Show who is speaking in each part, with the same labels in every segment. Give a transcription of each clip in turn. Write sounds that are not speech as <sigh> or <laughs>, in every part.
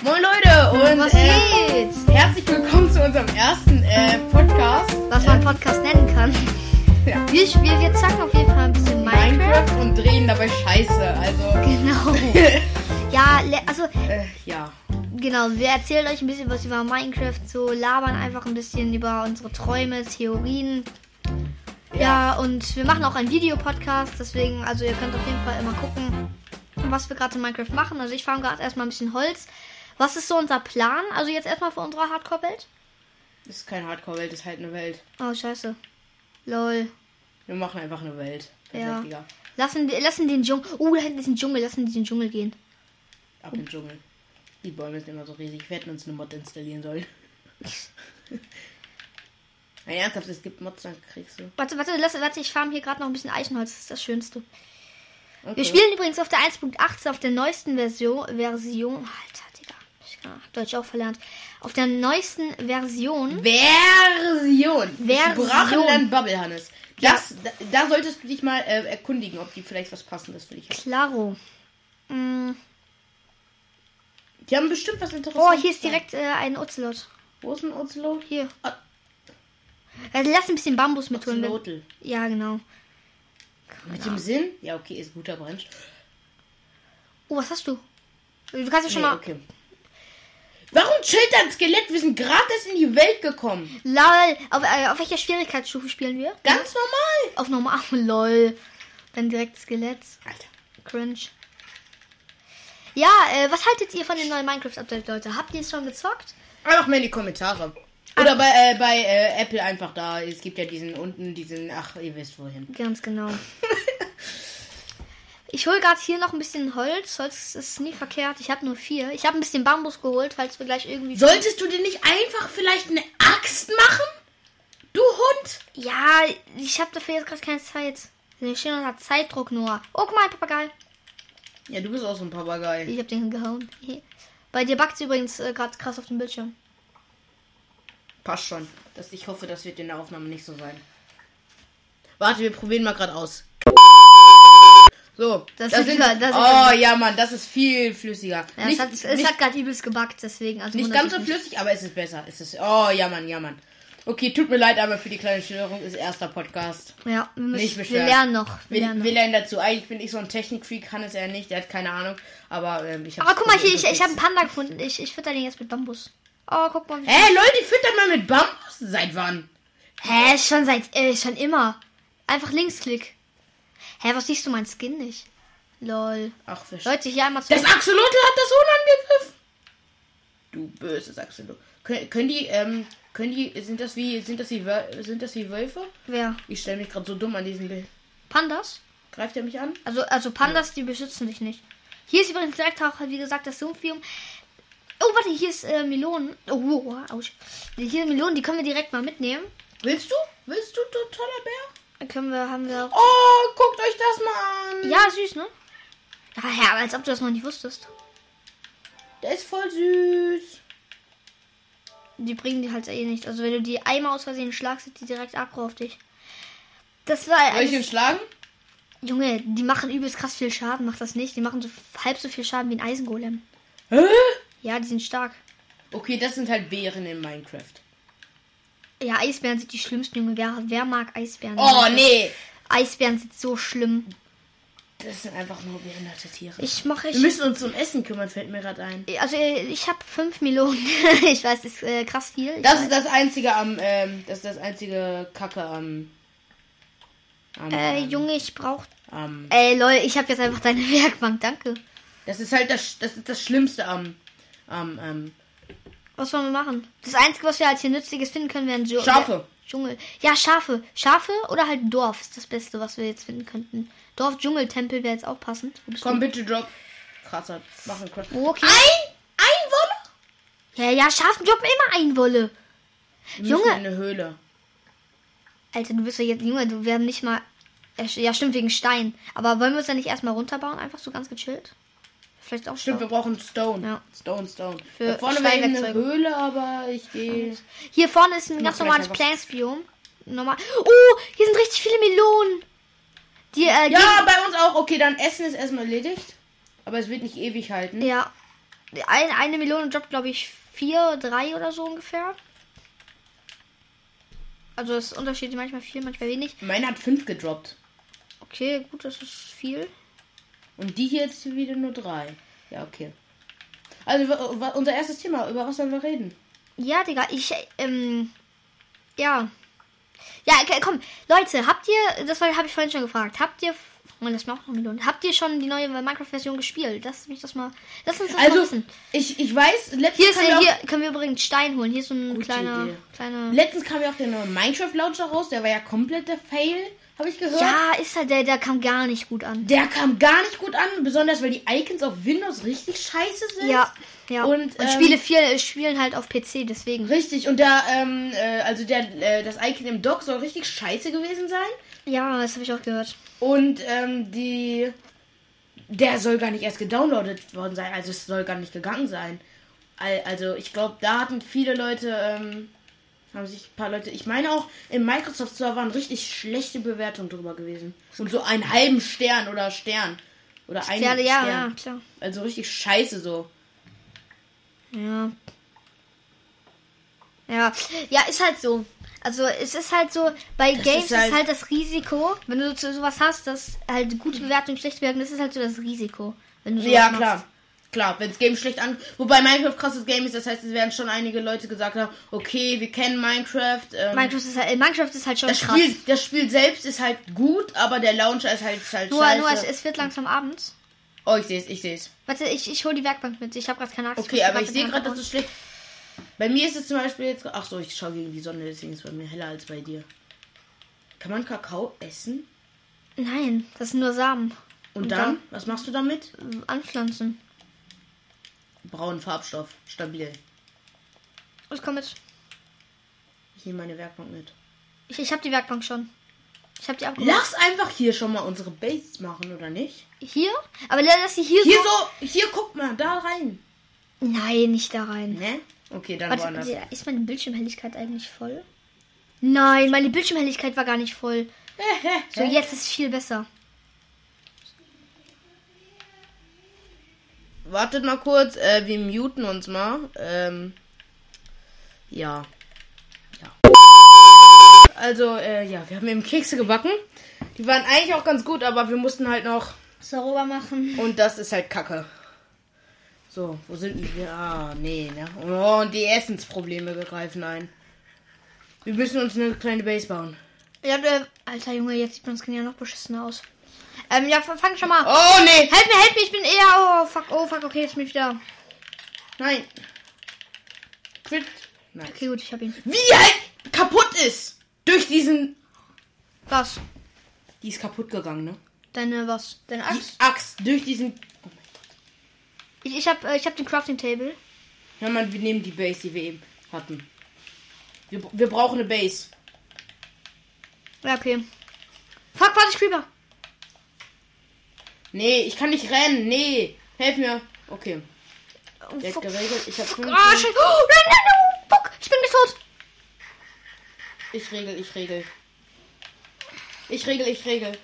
Speaker 1: Moin Leute und
Speaker 2: was
Speaker 1: äh,
Speaker 2: geht's?
Speaker 1: herzlich willkommen zu unserem ersten äh, Podcast
Speaker 2: Was man Podcast nennen <laughs> kann.
Speaker 1: Ja.
Speaker 2: Wir, spielen, wir zocken auf jeden Fall ein bisschen Minecraft.
Speaker 1: Minecraft und drehen dabei Scheiße. Also
Speaker 2: <laughs> Genau. ja, le- also
Speaker 1: äh, ja,
Speaker 2: genau, wir erzählen euch ein bisschen was über Minecraft, so labern einfach ein bisschen über unsere Träume, Theorien. Ja, und wir machen auch einen Videopodcast, deswegen, also ihr könnt auf jeden Fall immer gucken, was wir gerade in Minecraft machen. Also ich farm gerade erstmal ein bisschen Holz. Was ist so unser Plan? Also jetzt erstmal für unsere Hardcore-Welt?
Speaker 1: das ist keine Hardcore-Welt, das ist halt eine Welt.
Speaker 2: Oh, scheiße. Lol.
Speaker 1: Wir machen einfach eine Welt.
Speaker 2: Ja.
Speaker 1: Tatsächlich, ja.
Speaker 2: Lassen, wir- lassen den Dschungel. Oh, da hinten ist ein Dschungel. Lassen die den Dschungel gehen.
Speaker 1: Ab in den Dschungel. Die Bäume sind immer so riesig. Wir hätten uns eine Mod installieren sollen. <laughs> Nein, ernsthaft, es gibt Mods, dann kriegst du.
Speaker 2: Warte, warte, lass, warte. Ich farm hier gerade noch ein bisschen Eichenholz. Das ist das Schönste.
Speaker 1: Okay.
Speaker 2: Wir spielen übrigens auf der 1.8, auf der neuesten Version. Version. Alter, Digga. Ich kann Deutsch auch verlernt. Auf der neuesten Version.
Speaker 1: Version.
Speaker 2: Version.
Speaker 1: Sprachen lernen Bubble, Hannes. Das, da, da solltest du dich mal äh, erkundigen, ob die vielleicht was Passendes für dich haben.
Speaker 2: Claro. Mm.
Speaker 1: Die haben bestimmt was Interessantes.
Speaker 2: Oh, hier ist direkt äh, ein Ocelot.
Speaker 1: Wo ist ein Ozelot?
Speaker 2: Hier.
Speaker 1: Ah.
Speaker 2: Also lass ein bisschen Bambus mit holen. wenn-
Speaker 1: Ozelotl.
Speaker 2: Ja, genau.
Speaker 1: Mit dem Sinn? Ja, okay, ist guter Brand.
Speaker 2: Oh, was hast du? Du kannst ja schon
Speaker 1: Nee,
Speaker 2: mal.
Speaker 1: okay. Warum chillt ein Skelett? Wir sind gratis in die Welt gekommen.
Speaker 2: Lol. Auf, äh, auf welcher Schwierigkeitsstufe spielen wir?
Speaker 1: Ganz normal.
Speaker 2: Auf normal. <laughs> Lol. Dann direkt Skelett.
Speaker 1: Alter.
Speaker 2: Cringe. Ja, äh, was haltet ihr von dem neuen Minecraft-Update, Leute? Habt ihr es schon gezockt?
Speaker 1: Einfach mal in die Kommentare.
Speaker 2: Ah.
Speaker 1: Oder bei, äh, bei äh, Apple einfach da. Es gibt ja diesen unten, diesen, ach, ihr wisst wohin.
Speaker 2: Ganz genau.
Speaker 1: <laughs>
Speaker 2: ich hole gerade hier noch ein bisschen Holz. Holz ist nie verkehrt. Ich habe nur vier. Ich habe ein bisschen Bambus geholt, falls wir gleich irgendwie.
Speaker 1: Solltest du dir nicht einfach vielleicht eine Axt machen? Du Hund!
Speaker 2: Ja, ich habe dafür jetzt gerade keine Zeit. Wir stehen unter Zeitdruck nur. Oh, guck mal, ein Papagei.
Speaker 1: Ja, du bist auch so ein Papagei.
Speaker 2: Ich habe den gehauen. <laughs> Bei dir backt übrigens äh, gerade krass auf dem Bildschirm.
Speaker 1: Passt schon. Das, ich hoffe, das wird in der Aufnahme nicht so sein. Warte, wir probieren mal gerade aus. So,
Speaker 2: Das wird über- das
Speaker 1: Oh
Speaker 2: wird
Speaker 1: ja, Mann, das ist viel flüssiger.
Speaker 2: Ja,
Speaker 1: nicht
Speaker 2: es hat, es
Speaker 1: nicht,
Speaker 2: hat gerade übelst gebackt, deswegen. Also
Speaker 1: nicht
Speaker 2: wundert
Speaker 1: ganz so
Speaker 2: euch nicht.
Speaker 1: flüssig, aber es ist besser. Es ist, oh ja, Mann, ja, Mann. Okay, tut mir leid, aber für die kleine Störung ist erster Podcast.
Speaker 2: Ja, wir, müssen,
Speaker 1: Nicht
Speaker 2: wir
Speaker 1: beschweren.
Speaker 2: lernen noch. Wir
Speaker 1: Wir,
Speaker 2: lernen noch.
Speaker 1: wir lernen dazu. Eigentlich bin ich so ein Technikfreak, kann es er nicht, der hat keine Ahnung. Aber ähm, ich habe.
Speaker 2: Aber guck mal hier, ich, ich habe einen Panda gefunden. Ich, ich fütter den jetzt mit Bambus. Oh, guck mal. Wie
Speaker 1: Hä, Leute, füttert mal mit Bambus? Seit wann?
Speaker 2: Hä, schon seit äh, schon immer. Einfach Linksklick. Hä, was siehst du mein Skin nicht? Lol.
Speaker 1: Ach, verstehe.
Speaker 2: Leute, hier einmal zu.
Speaker 1: Das Axolotl hat das Huhn angegriffen. Du böses Axolotl. Können, können die, ähm, können die, sind das wie, sind das wie, Wöl- sind das wie Wölfe?
Speaker 2: Wer?
Speaker 1: Ich stelle mich gerade so dumm an diesem Bild.
Speaker 2: Pandas?
Speaker 1: Greift er mich an?
Speaker 2: Also also Pandas, die beschützen dich nicht. Hier ist übrigens direkt auch, wie gesagt, das Sumpfium. Oh, warte, hier ist äh, Melonen. Oh, wow, ouch. Hier Melonen, die können wir direkt mal mitnehmen.
Speaker 1: Willst du? Willst du, totaler Bär?
Speaker 2: Dann können wir, haben wir auch.
Speaker 1: Oh, guckt euch das mal an.
Speaker 2: Ja, süß, ne? Ja, ja, aber als ob du das noch nicht wusstest.
Speaker 1: Der ist voll süß.
Speaker 2: Die bringen die halt eh nicht. Also wenn du die einmal aus Versehen schlagst, sind die direkt aggro auf dich. Das war
Speaker 1: Soll ich ihn
Speaker 2: alles,
Speaker 1: schlagen?
Speaker 2: Junge, die machen übelst krass viel Schaden, macht das nicht. Die machen so f- halb so viel Schaden wie ein Eisengolem.
Speaker 1: Hä?
Speaker 2: Ja, die sind stark.
Speaker 1: Okay, das sind halt Bären in Minecraft.
Speaker 2: Ja, Eisbären sind die schlimmsten, Junge. Wer, wer mag Eisbären?
Speaker 1: Oh, nee.
Speaker 2: Eisbären sind so schlimm.
Speaker 1: Das sind einfach nur behinderte Tiere.
Speaker 2: Ich mache
Speaker 1: Wir
Speaker 2: ich.
Speaker 1: müssen uns um Essen kümmern, fällt mir gerade ein.
Speaker 2: Also äh, ich habe fünf Melonen. <laughs> ich weiß, das ist äh, krass viel. Ich
Speaker 1: Das
Speaker 2: weiß.
Speaker 1: ist das einzige am, ähm, das ist das einzige Kacke am. am
Speaker 2: äh,
Speaker 1: am-
Speaker 2: Junge, ich brauch.
Speaker 1: am-
Speaker 2: Ey, lol, ich habe jetzt einfach deine <laughs> Werkbank, danke.
Speaker 1: das ist halt das, das ist das Schlimmste am, am, ähm, am.
Speaker 2: Was wollen wir machen? Das Einzige, was wir halt hier Nützliches finden können, wären Dschungel.
Speaker 1: Schafe.
Speaker 2: Dschungel. Ja, Schafe. Schafe oder halt ein Dorf ist das Beste, was wir jetzt finden könnten. Dorf, Dschungel, Tempel wäre jetzt auch passend. Wo bist
Speaker 1: Komm
Speaker 2: du?
Speaker 1: bitte, drop. Krasser, mach einen Crash.
Speaker 2: Oh, okay.
Speaker 1: Ein, ein Wolle.
Speaker 2: Ja, ja, Schafen droppen immer ein Wolle.
Speaker 1: Wir
Speaker 2: Junge.
Speaker 1: müssen in eine Höhle.
Speaker 2: Alter, du bist ja jetzt, Junge, du werden nicht mal. äh, Ja, stimmt, wegen Stein. Aber wollen wir uns ja nicht erstmal runterbauen, einfach so ganz gechillt? Vielleicht auch
Speaker 1: Stimmt, wir
Speaker 2: schon.
Speaker 1: brauchen Stone.
Speaker 2: Ja.
Speaker 1: Stone, Stone.
Speaker 2: Für
Speaker 1: da vorne wäre eben eine
Speaker 2: Steinwerkzeuge.
Speaker 1: Höhle, aber ich gehe.
Speaker 2: Hier vorne ist ein
Speaker 1: Mach
Speaker 2: ganz
Speaker 1: vielleicht
Speaker 2: normales
Speaker 1: einfach-
Speaker 2: Plants-Biom. Normal. Oh, hier sind richtig viele Melonen. Die, äh,
Speaker 1: Ja, bei uns auch. Okay, dann Essen ist erstmal erledigt. Aber es wird nicht ewig halten.
Speaker 2: Ja. Ein, eine Melone droppt, glaube ich, vier, drei oder so ungefähr. Also es unterschiedlich manchmal viel, manchmal wenig.
Speaker 1: Meine hat 5 gedroppt.
Speaker 2: Okay, gut, das ist viel.
Speaker 1: Und die hier jetzt wieder nur 3. Ja, okay. Also wa- wa- unser erstes Thema, über was sollen wir reden?
Speaker 2: Ja, Digga, ich, ähm, ja. Ja, okay, komm, Leute, habt ihr, das habe ich vorhin schon gefragt, habt ihr, Mann, das macht auch noch Millionen, habt ihr schon die neue Minecraft-Version gespielt? Lass mich das mal, lass uns das mal
Speaker 1: Also,
Speaker 2: wissen.
Speaker 1: ich, ich weiß, letztens
Speaker 2: Hier, ist,
Speaker 1: kam ja
Speaker 2: äh,
Speaker 1: auch-
Speaker 2: hier können wir übrigens Stein holen, hier ist so ein
Speaker 1: Gute
Speaker 2: kleiner,
Speaker 1: Idee.
Speaker 2: kleiner,
Speaker 1: Letztens kam ja auch der neue Minecraft Launcher raus, der war ja komplett der Fail, habe ich gehört.
Speaker 2: ja, ist halt, der, der kam gar nicht gut an.
Speaker 1: Der kam gar nicht gut an, besonders weil die Icons auf Windows richtig scheiße sind.
Speaker 2: Ja, ja.
Speaker 1: Und,
Speaker 2: Und,
Speaker 1: ähm,
Speaker 2: Spiele viel, spielen halt auf PC, deswegen.
Speaker 1: Richtig, und da, ähm, äh, also der, äh, das Icon im Dock soll richtig scheiße gewesen sein.
Speaker 2: Ja, das habe ich auch gehört.
Speaker 1: Und, ähm, die. Der soll gar nicht erst gedownloadet worden sein, also es soll gar nicht gegangen sein. Al- Also ich glaube, da hatten viele Leute, ähm, haben sich ein paar Leute, ich meine auch, im Microsoft Store waren richtig schlechte Bewertungen drüber gewesen. Und so einen halben Stern oder Stern. Oder einen
Speaker 2: Ja,
Speaker 1: Stern.
Speaker 2: ja, ja, klar.
Speaker 1: Also richtig scheiße so.
Speaker 2: Ja. Ja, ja, ist halt so. Also es ist halt so, bei Games
Speaker 1: ist
Speaker 2: ist
Speaker 1: halt-
Speaker 2: halt, das Risiko, wenn du so sowas hast, dass halt gute Bewertungen schlecht werden, das ist halt so das Risiko. Wenn du sowas
Speaker 1: Ja,
Speaker 2: machst.
Speaker 1: klar. Klar, wenns Game schlecht an. Wobei Minecraft krasses Game ist, das heißt, es werden schon einige Leute gesagt haben, okay, wir kennen Minecraft. Ähm,
Speaker 2: Minecraft ist halt, äh, Minecraft ist halt schon
Speaker 1: das,
Speaker 2: krass.
Speaker 1: Spiel, das Spiel selbst ist halt gut, aber der Launcher ist halt, ist halt
Speaker 2: Nur,
Speaker 1: scheiße.
Speaker 2: nur es, es wird langsam abends.
Speaker 1: oh, ich sehe es, ich sehe es.
Speaker 2: Warte, ich, ich hol die Werkbank mit. Ich habe gerade keine Axt.
Speaker 1: Okay,
Speaker 2: muss die
Speaker 1: aber ich
Speaker 2: Werkbank
Speaker 1: sehe gerade, dass
Speaker 2: holen.
Speaker 1: es schlecht. Bei mir ist es zum Beispiel jetzt. Ach so, ich schaue gegen die Sonne, deswegen ist es bei mir heller als bei dir. Kann man Kakao essen?
Speaker 2: Nein, das sind nur Samen.
Speaker 1: Und,
Speaker 2: Und
Speaker 1: dann,
Speaker 2: dann?
Speaker 1: was machst du damit?
Speaker 2: Äh, Anpflanzen.
Speaker 1: Braunen Farbstoff, stabil.
Speaker 2: Ich komm mit.
Speaker 1: Ich nehme meine Werkbank mit.
Speaker 2: Ich, ich habe die Werkbank schon. Ich habe die abgemacht.
Speaker 1: Lass einfach hier schon mal unsere Base machen, oder nicht?
Speaker 2: Hier? Aber lass sie hier,
Speaker 1: Hier so, hier guck mal, da rein.
Speaker 2: Nein, nicht da rein.
Speaker 1: Ne? Okay, dann
Speaker 2: Warte,
Speaker 1: woanders.
Speaker 2: die- ist meine Bildschirmhelligkeit eigentlich voll? Nein, meine Bildschirmhelligkeit war gar
Speaker 1: <laughs>
Speaker 2: nicht voll. So, jetzt ist viel besser.
Speaker 1: Wartet mal kurz, äh, wir muten uns mal. Ähm, ja. ja. Also, äh, ja, wir haben eben Kekse gebacken. Die waren eigentlich auch ganz gut, aber wir mussten halt noch.
Speaker 2: Darüber machen.
Speaker 1: Und das ist halt Kacke. So, wo sind denn wir? Ah, nee, ne? Oh, und die Essensprobleme greifen ein. Wir müssen uns eine kleine Base bauen.
Speaker 2: Ja, äh, alter Junge, jetzt sieht man Skin ja noch beschissener aus. Ähm, ja, fang fang schon mal.
Speaker 1: Oh, nee!
Speaker 2: Helf mir, helf mir, ich bin eher. Oh, fuck, oh, fuck, okay, jetzt bin ich wieder.
Speaker 1: Nein! Quit! Nein.
Speaker 2: Okay, gut, ich hab ihn.
Speaker 1: wie halt kaputt ist. Durch diesen.
Speaker 2: Was?
Speaker 1: Die ist kaputt gegangen, ne?
Speaker 2: Deine was? Deine
Speaker 1: Die
Speaker 2: Axt?
Speaker 1: Axt. Durch diesen.
Speaker 2: Ich, ich hab, äh, ich hab den Crafting Table.
Speaker 1: Hör mal, wir nehmen die Base, die wir eben hatten. Wir, wir brauchen eine Base.
Speaker 2: Ja, okay. Fuck, warte, ich Creeper.
Speaker 1: Nee, ich kann nicht rennen. Nee. Helf mir. Okay.
Speaker 2: Oh,
Speaker 1: Der hat
Speaker 2: fuck.
Speaker 1: geregelt. Ich hab
Speaker 2: Fuck,
Speaker 1: 15.
Speaker 2: ah, shit. Oh, nein, nein, nein, oh, fuck, ich bin gleich tot.
Speaker 1: Ich regel, ich regel. Ich regel, ich regel.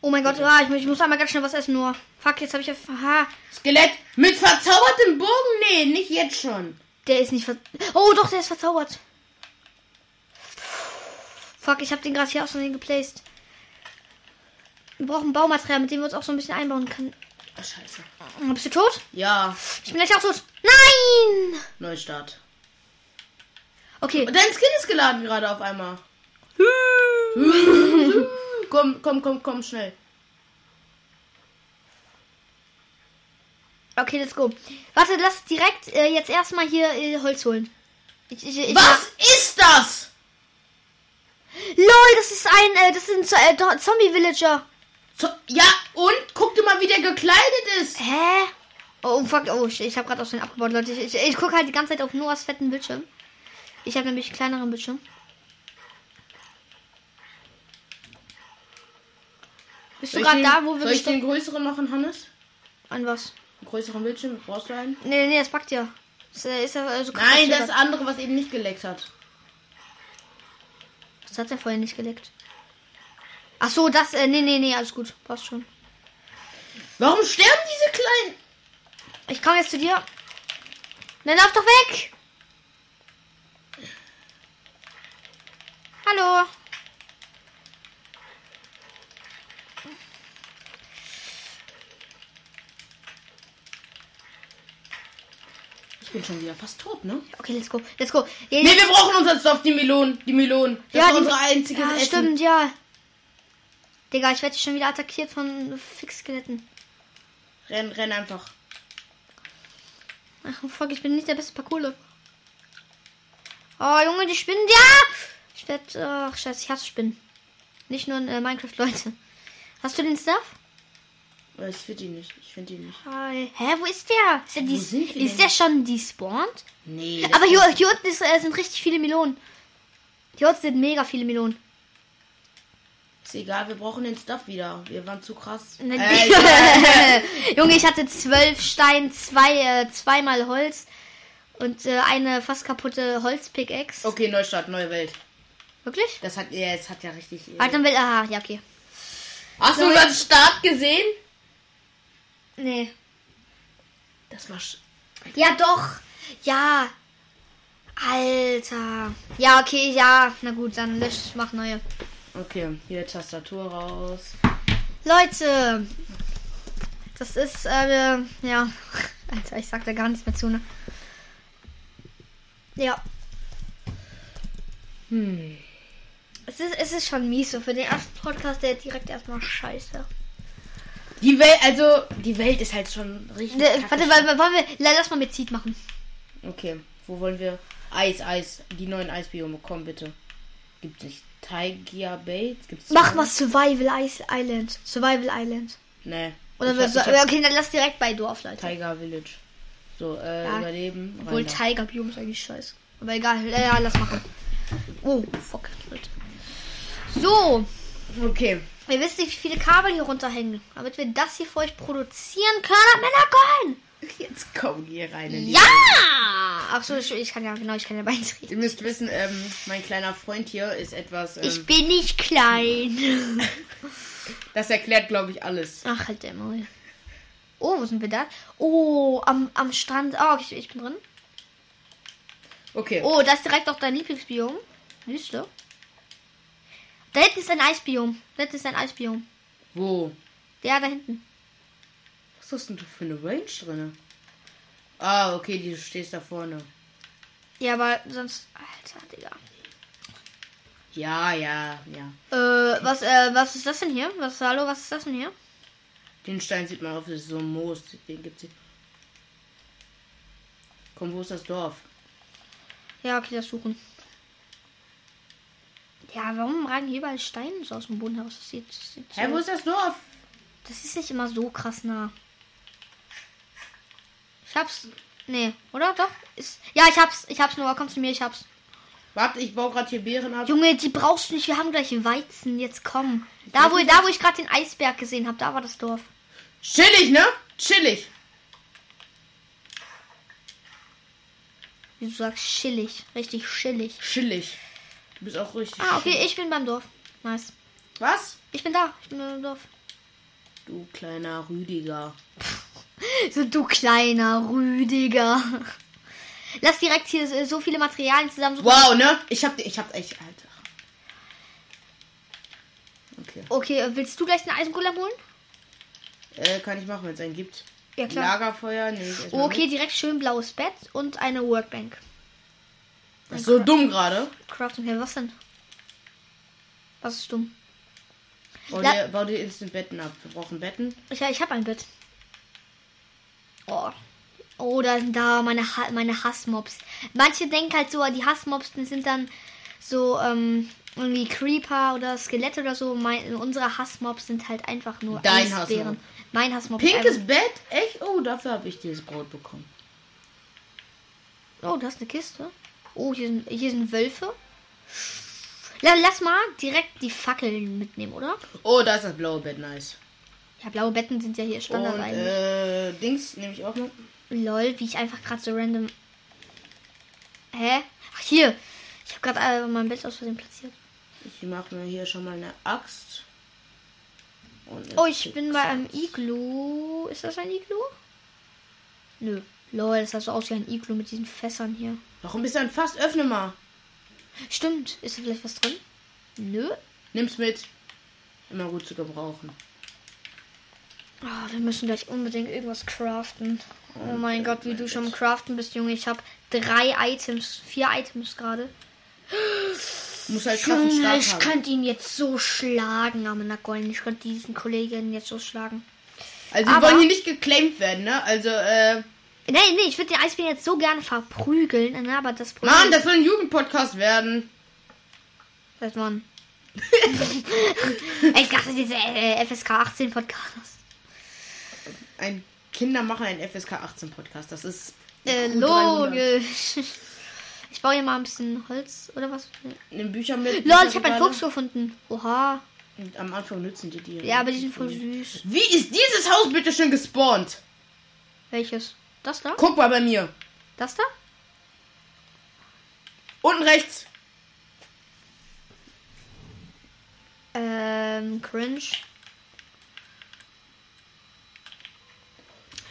Speaker 2: Oh mein Gott, ah, ich, mu- ich muss einmal ganz schnell was essen nur. Fuck, jetzt habe ich einfach. Ha,
Speaker 1: Skelett mit verzaubertem Bogen? Nee, nicht jetzt schon.
Speaker 2: der ist nicht ver. Oh doch, der ist verzaubert. Fuck, ich habe den gerade hier aus Versehen geplaced. Wir brauchen Baumaterial, mit dem wir uns auch so ein bisschen einbauen können.
Speaker 1: Oh, scheiße.
Speaker 2: Oh, Bist du tot?
Speaker 1: Ja,
Speaker 2: Ich bin gleich auch tot. Nein!
Speaker 1: Neustart.
Speaker 2: Okay.
Speaker 1: Und dein Skin ist geladen gerade auf einmal.
Speaker 2: Hm.
Speaker 1: <laughs> komm, komm, komm, komm, schnell.
Speaker 2: Okay, let's go. Warte, lass direkt äh, jetzt erstmal hier äh, Holz holen. Ich, ich, ich
Speaker 1: Was ist das?
Speaker 2: LOL, das ist ein, äh, das sind äh, Do- Zombie-Villager.
Speaker 1: So, ja, und guck dir mal, wie der gekleidet ist.
Speaker 2: Hä? Oh, fuck. Oh, ich, ich habe gerade auf den abgebaut, Leute. Ich, ich, ich gucke halt die ganze Zeit auf Noahs fetten Bildschirm. Ich habe nämlich einen kleineren Bildschirm. Bist du
Speaker 1: Soll ich
Speaker 2: gerade
Speaker 1: den-
Speaker 2: da, wo wir
Speaker 1: Soll ich
Speaker 2: gestorben
Speaker 1: den größeren machen, Hannes?
Speaker 2: An was?
Speaker 1: Einen größeren Bildschirm? Brauchst du einen?
Speaker 2: Nee, nee, das packt ja. Das, äh, ist ja äh, so
Speaker 1: Nein, das
Speaker 2: verzögert.
Speaker 1: andere, was eben nicht geleckt hat.
Speaker 2: Das hat er vorher nicht gelegt. Ach so, das, äh, nee, nee, nee, alles gut. Passt schon.
Speaker 1: Warum sterben diese kleinen?
Speaker 2: Ich komme jetzt zu dir. Dann lauf doch weg! Hallo.
Speaker 1: Ich bin schon wieder fast tot, ne?
Speaker 2: Okay, let's go. Let's go. Ja,
Speaker 1: Ne, wir brauchen uns jetzt auf die Melonen. Die Melonen. Das
Speaker 2: Ja,
Speaker 1: ist
Speaker 2: die-
Speaker 1: unsere einzige
Speaker 2: ja
Speaker 1: Essen.
Speaker 2: stimmt, ja. Digga, ich werde schon wieder attackiert von Fixskeletten.
Speaker 1: Renn, renn einfach.
Speaker 2: Ach, fuck, ich bin nicht der beste Parkourläufer. Oh, Junge, die Spinnen. Ja! Ich werd. äh, Ach, scheiße, ich hasse Spinnen. Nicht nur in äh, Minecraft, Leute. Hast du den Stuff?
Speaker 1: Äh, Ich finde die nicht. Ich finde die nicht.
Speaker 2: Hi. Hä, wo ist der? Ist der,
Speaker 1: Wo
Speaker 2: des-
Speaker 1: sind wir
Speaker 2: ist
Speaker 1: denn?
Speaker 2: der schon despawned?
Speaker 1: Nee. das-
Speaker 2: Aber hier, hier unten ist, äh, sind richtig viele Melonen. Hier unten sind mega viele Melonen.
Speaker 1: Ist egal, wir brauchen den Stuff wieder. Wir waren zu krass.
Speaker 2: Nein.
Speaker 1: Äh,
Speaker 2: <laughs>
Speaker 1: ja.
Speaker 2: Junge, ich hatte zwölf Stein, zwei, äh, zweimal Holz und äh, eine fast kaputte Holzpickaxe.
Speaker 1: okay, Neustart, neue Welt.
Speaker 2: Wirklich?
Speaker 1: Das hat, ja, es hat ja richtig. äh,
Speaker 2: Ah, dann will. Aha, ja, okay.
Speaker 1: Hast du
Speaker 2: Sorry.
Speaker 1: unseren Start gesehen?
Speaker 2: Nee.
Speaker 1: Das war. sch-
Speaker 2: Ja, doch. Ja. Alter. Ja, okay, ja. Na gut, dann lösch, ich mach neue.
Speaker 1: Okay, hier Tastatur raus.
Speaker 2: Leute. Das ist, äh, ja. <laughs> Alter, ich sag da gar nichts mehr zu, ne? Ja.
Speaker 1: Hm.
Speaker 2: Es ist, es ist schon mies so für den ersten Podcast, der direkt erstmal scheiße.
Speaker 1: Die Welt, also, die Welt ist halt schon richtig.
Speaker 2: Ne,
Speaker 1: kacke.
Speaker 2: warte, weil, wollen wir. la- Lass mal mit Seed machen.
Speaker 1: Okay, wo wollen wir? Eis, Eis. Die neuen Eisbiome, komm bitte. Gibt's nicht Tiger Bates? Gibt's
Speaker 2: Mach mal Survival Is- Island. Survival Island.
Speaker 1: Nee.
Speaker 2: Oder
Speaker 1: ich
Speaker 2: wir,
Speaker 1: hab, ich
Speaker 2: so,
Speaker 1: hab
Speaker 2: okay, dann lass direkt bei Dorf, Leute.
Speaker 1: Tiger Village. So, äh,
Speaker 2: Ja.
Speaker 1: überleben.
Speaker 2: Obwohl
Speaker 1: rein da.
Speaker 2: Tiger Biom ist eigentlich scheiße. Aber egal, ja, ja, lass machen. Oh, fuck, Leute. So,
Speaker 1: Okay.
Speaker 2: ihr wisst nicht, wie viele Kabel hier runterhängen, damit wir das hier für euch produzieren können. Männergoin!
Speaker 1: Jetzt kommen hier rein. in die-
Speaker 2: Ja! Ach so, ich, ich kann ja, genau, ich kann ja beitreten.
Speaker 1: Ihr müsst wissen, ähm, mein kleiner Freund hier ist etwas. Ähm,
Speaker 2: Ich bin nicht klein.
Speaker 1: das erklärt, glaube ich, alles.
Speaker 2: Ach, halt der Maul. Oh, wo sind wir da? Oh, am, am Strand. Oh, ich, ich bin drin.
Speaker 1: Okay.
Speaker 2: Oh, da ist direkt auch dein Lieblingsbiom. Wüste. Da hinten ist ein Eisbiom. Da hinten ist ein Eisbiom.
Speaker 1: Wo?
Speaker 2: Ja, da hinten.
Speaker 1: Was ist denn du für eine Range drinne? Ah, okay, die- du stehst da vorne.
Speaker 2: Ja, aber sonst. Alter, Digga.
Speaker 1: Ja, ja, ja.
Speaker 2: Äh, was, äh, was ist das denn hier? Was, hallo, was ist das denn hier?
Speaker 1: Den Stein sieht man auf, das ist so ein Moos. Den gibt's hier. Komm, wo ist das Dorf?
Speaker 2: Ja, okay, das suchen. Ja, warum ragen hier überall Steine so aus dem Boden heraus? Das sieht, das sieht
Speaker 1: Hä, wo
Speaker 2: so,
Speaker 1: ist das Dorf?
Speaker 2: das ist nicht immer so krass nah. Ich hab's. Nee, oder? Doch? Ist, ja, ich hab's. Ich hab's nur. Komm zu mir, ich hab's.
Speaker 1: Warte, ich baue gerade hier Beeren ab.
Speaker 2: Junge, die brauchst du nicht. Wir haben gleich Weizen. Jetzt komm. Da, wo, da, wo ich gerade den Eisberg gesehen habe, da war das Dorf.
Speaker 1: Chillig, ne? Chillig.
Speaker 2: Wie du sagst, chillig. Richtig chillig.
Speaker 1: Chillig. Du bist auch richtig.
Speaker 2: Ah, okay,
Speaker 1: chillig.
Speaker 2: ich bin beim Dorf. Nice.
Speaker 1: Was?
Speaker 2: Ich bin da. Ich bin beim Dorf.
Speaker 1: Du kleiner Rüdiger.
Speaker 2: So, du kleiner Rüdiger. Lass direkt hier so- so viele Materialien zusammen.
Speaker 1: Wow, ne? Ich hab, ich hab echt, Alter. Okay.
Speaker 2: Okay, äh, willst du gleich den Eisengolem holen?
Speaker 1: Äh, kann ich machen, wenn es einen gibt.
Speaker 2: Ja, klar.
Speaker 1: Lagerfeuer, nee. ich erstmal
Speaker 2: Okay, direkt schön blaues Bett und eine Workbank.
Speaker 1: nicht. Das ist so dumm gerade.
Speaker 2: Crafting Hill, was denn? Was ist dumm?
Speaker 1: Bau,
Speaker 2: La-
Speaker 1: dir- bau dir instant Betten ab. Wir brauchen Betten.
Speaker 2: Ich, ich habe ein Bett. Oh. Oh, da sind da meine, ha meine Hassmobs. Manche denken halt so, die Hassmobs sind dann so ähm, irgendwie Creeper oder Skelette oder so. Mein, unsere Hassmobs sind halt einfach nur
Speaker 1: Dein
Speaker 2: Eisbären.
Speaker 1: Hassmob.
Speaker 2: Mein Hassmob. ist
Speaker 1: Pinkes
Speaker 2: einfach-
Speaker 1: Bett? Echt? Oh, dafür habe ich dieses Brot bekommen.
Speaker 2: Oh, das ist eine Kiste. Oh, hier sind, hier sind Wölfe. La- Lass mal direkt die Fackeln mitnehmen, oder?
Speaker 1: Oh, da ist das blaue Bett, nice.
Speaker 2: Ja, blaue Betten sind ja hier
Speaker 1: Und
Speaker 2: Standard eigentlich.
Speaker 1: äh, Dings nehme ich auch mal.
Speaker 2: Lol, wie ich einfach gerade so random. Hä? Ach, hier. Ich habe gerade äh, mein Bett aus Versehen platziert.
Speaker 1: Ich mache mir hier schon mal eine Axt. Und
Speaker 2: Oh, ich bin bei einem Iglu. Ist das ein Iglu? Nö. Lol, das sah so aus wie ein Iglu mit diesen Fässern hier.
Speaker 1: Warum ist ein Fass? Öffne mal.
Speaker 2: Stimmt. Ist da vielleicht was drin? Nö.
Speaker 1: Nimm's mit. Immer gut zu gebrauchen.
Speaker 2: Ah, wir müssen gleich unbedingt irgendwas craften. Oh mein Gott, wie du schon am Craften bist, Junge. Ich habe drei Items, vier Items gerade.
Speaker 1: Muss halt krassen
Speaker 2: Junge,
Speaker 1: Start
Speaker 2: ich
Speaker 1: haben.
Speaker 2: könnte ihn jetzt so schlagen, aber na Golden. Ich könnte diesen Kollegen jetzt so schlagen.
Speaker 1: Also wir
Speaker 2: aber-
Speaker 1: wollen hier nicht geclaimed werden, ne? Also, äh,
Speaker 2: Nee, nee, ich würde den Eisbären jetzt so gerne verprügeln, ne, aber das Problem
Speaker 1: Mann, das soll ein Jugendpodcast werden.
Speaker 2: Seit <laughs> wann? Halt, ich dachte, diese äh, FSK 18 Podcast.
Speaker 1: Ein Kinder machen einen FSK 18 Podcast. Das ist
Speaker 2: Äh,
Speaker 1: gut 300.
Speaker 2: logisch. Ich baue hier mal ein bisschen Holz oder was?
Speaker 1: Nimm Bücher mit.
Speaker 2: Lol,
Speaker 1: Bücher
Speaker 2: ich habe einen
Speaker 1: mit
Speaker 2: Fuchs gefunden. Oha.
Speaker 1: rein. Und Am Anfang nützen die dir.
Speaker 2: Ja, aber die sind voll süß.
Speaker 1: Wie ist dieses Haus bitte schön gespawnt?
Speaker 2: Welches? Das da?
Speaker 1: Guck mal bei mir.
Speaker 2: Das da?
Speaker 1: Unten rechts.
Speaker 2: Ähm, cringe.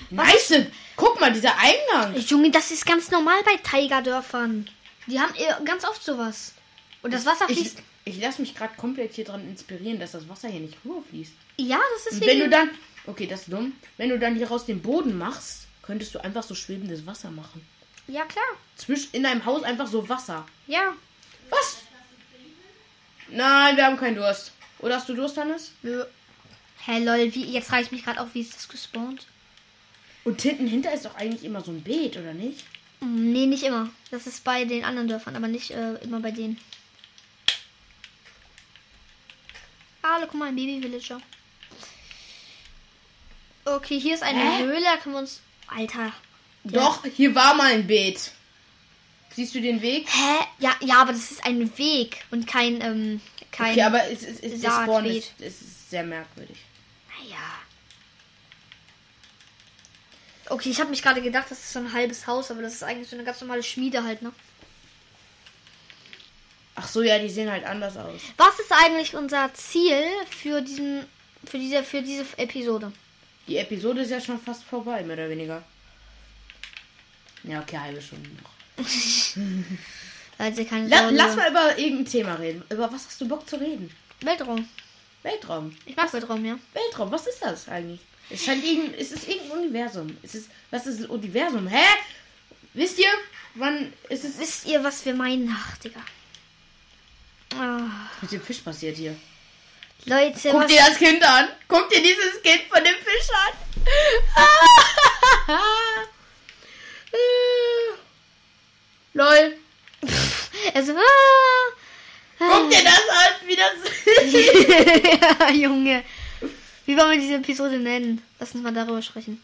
Speaker 1: Nice. Guck mal, dieser Eingang.
Speaker 2: Junge, das ist ganz normal bei Tigerdörfern. Die haben eh ganz oft sowas. Und das Wasser
Speaker 1: Ich,
Speaker 2: fließt.
Speaker 1: ich lasse mich gerade komplett hier dran inspirieren, dass das Wasser hier nicht rüberfließt.
Speaker 2: ja, das ist
Speaker 1: Und wenn du dann. Okay, das ist dumm. Wenn du dann hier raus den Boden machst, könntest du einfach so schwebendes Wasser machen.
Speaker 2: Ja, klar.
Speaker 1: Zwischen in einem Haus einfach so Wasser.
Speaker 2: Ja.
Speaker 1: Was? Nein, wir haben keinen Durst. Oder hast du Durst, Hannes?
Speaker 2: Nö. Hä, lol, wie, jetzt frage ich mich gerade auch, wie ist das gespawnt?
Speaker 1: Und hinten hinter ist doch eigentlich immer so ein Beet, oder nicht?
Speaker 2: Mm, Nee, nicht immer. Das ist bei den anderen Dörfern, aber nicht äh, immer bei denen. Hallo, guck mal, ein Baby-Villager. Okay, hier ist eine
Speaker 1: Hä?
Speaker 2: Höhle, da können wir uns... Alter. Ja.
Speaker 1: Doch, hier war mal ein Beet. Siehst du den Weg?
Speaker 2: Hä? Ja, ja, aber das ist ein Weg und kein, ähm, kein...
Speaker 1: Okay, aber es, es, es, der Spawn
Speaker 2: Saatbeet.
Speaker 1: ist, es ist sehr merkwürdig.
Speaker 2: Naja. Okay, ich habe mich gerade gedacht, das ist so ein halbes Haus, aber das ist eigentlich so eine ganz normale Schmiede halt, ne?
Speaker 1: Ach so, ja, die sehen halt anders aus.
Speaker 2: Was ist eigentlich unser Ziel für diesen für diese für diese Episode?
Speaker 1: Die Episode ist ja schon fast vorbei, mehr oder weniger. Ja, okay, halbe Stunde noch.
Speaker 2: Weil sie keine
Speaker 1: La
Speaker 2: Sau
Speaker 1: lass
Speaker 2: mögen.
Speaker 1: mal über irgendein Thema reden. Über was hast du Bock zu reden?
Speaker 2: Weltraum.
Speaker 1: Weltraum.
Speaker 2: Ich mag Weltraum, ja.
Speaker 1: Weltraum, was ist das eigentlich? Es scheint irgendein, es ist irgendein Universum. Es ist, was ist das Universum? Hä? Wisst ihr, wann ist es
Speaker 2: Wisst ihr, was wir meinen? Ach, Digga. Ah,
Speaker 1: mit dem Fisch passiert hier?
Speaker 2: Leute,
Speaker 1: Guck
Speaker 2: was,
Speaker 1: dir das Kind an. Guck dir dieses Kind von dem Fisch an. Lol.
Speaker 2: <laughs> also, ah,
Speaker 1: <laughs>
Speaker 2: <laughs>
Speaker 1: Guck dir das an, wie das
Speaker 2: ja, Junge. Wie wollen wir diese Episode nennen? Lass uns mal darüber sprechen.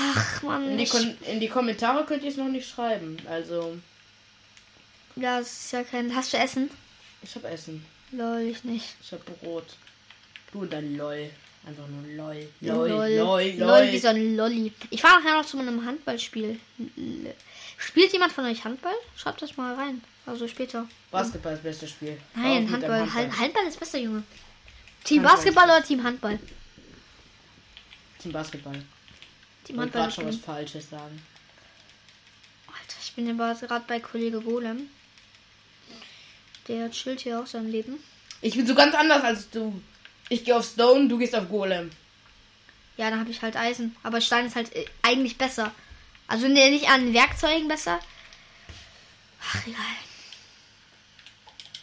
Speaker 2: Ach, Mann.
Speaker 1: in, die
Speaker 2: Ich,
Speaker 1: Kon in die Kommentare könnt ihr es noch nicht schreiben. Also,
Speaker 2: ja, das ist ja kein... Hast du Essen?
Speaker 1: ich hab Essen.
Speaker 2: Lol, ich nicht.
Speaker 1: Ich hab Brot. Du und dann LOL. Einfach nur LOL.
Speaker 2: Lol,
Speaker 1: LOL, LOL, LOL.
Speaker 2: wie so ein Lolli. Ich fahre nachher noch zu meinem Handballspiel. L- Spielt jemand von euch Handball? Schreibt das mal rein. Also später.
Speaker 1: Basketball ist das beste Spiel. Auch
Speaker 2: Nein,
Speaker 1: mit
Speaker 2: Handball.
Speaker 1: dem
Speaker 2: Handball. Handball ist besser, Junge. Team
Speaker 1: Handball
Speaker 2: Basketball oder Team Handball?
Speaker 1: Zum Basketball. Ich
Speaker 2: Team
Speaker 1: wollte
Speaker 2: Handball
Speaker 1: gerade
Speaker 2: ist
Speaker 1: schon
Speaker 2: Junge.
Speaker 1: was Falsches sagen.
Speaker 2: Alter, ich bin aber gerade bei Kollege Golem. Der chillt hier auch sein Leben.
Speaker 1: Ich bin so ganz anders als du. Ich gehe auf Stone, du gehst auf Golem.
Speaker 2: Ja, dann habe ich halt Eisen. Aber Stein ist halt äh, eigentlich besser. Also nee, nicht an Werkzeugen besser. Ach, egal.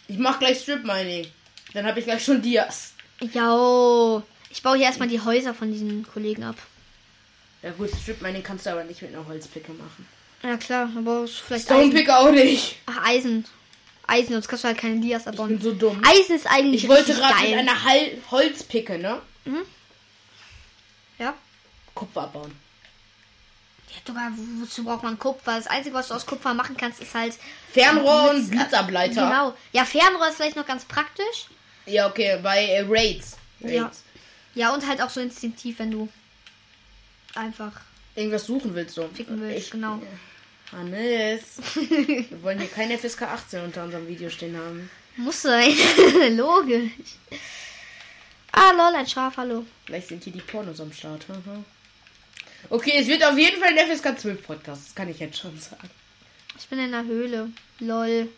Speaker 1: Ich mach gleich Strip Mining. Dann habe ich gleich schon Dias.
Speaker 2: Jo. Ich baue hier erstmal die Häuser von diesen Kollegen ab.
Speaker 1: Ja gut, Strip Mining kannst du aber nicht mit einer Holzpicke machen.
Speaker 2: Ja klar, dann brauchst du vielleicht
Speaker 1: Stone
Speaker 2: Eisen.
Speaker 1: Pick auch nicht.
Speaker 2: Ach, Eisen. Eisen, sonst kannst du halt keine Dias
Speaker 1: Ich bin
Speaker 2: abbauen.
Speaker 1: so dumm.
Speaker 2: Eisen ist eigentlich
Speaker 1: Ich wollte
Speaker 2: richtig
Speaker 1: gerade
Speaker 2: geil.
Speaker 1: mit einer Hal Holzpicke, ne?
Speaker 2: Ja?
Speaker 1: Kupfer abbauen.
Speaker 2: Ja, sogar, wozu braucht man Kupfer? Das Einzige, was du aus Kupfer machen kannst, ist halt...
Speaker 1: Fernrohr und
Speaker 2: Blitz-
Speaker 1: Blitzableiter.
Speaker 2: Genau. Ja, Fernrohr ist vielleicht noch ganz praktisch.
Speaker 1: Ja, okay, bei äh, Raids. Raids.
Speaker 2: Ja. Ja, und halt auch so instinktiv, wenn du einfach
Speaker 1: Irgendwas suchen willst du.
Speaker 2: ficken willst. genau.
Speaker 1: <laughs> Hannes. wir wollen hier keine FSK
Speaker 2: <laughs>
Speaker 1: 18 unter unserem Video stehen haben.
Speaker 2: Muss sein. Logisch. Ah, Ah, lol, ein Schaf, hallo.
Speaker 1: Vielleicht sind hier die Pornos am Start. <laughs> haha. Okay, es wird auf jeden Fall ein FSK 12 Podcast. Das kann ich jetzt schon sagen.
Speaker 2: Ich bin in der Höhle. Lol.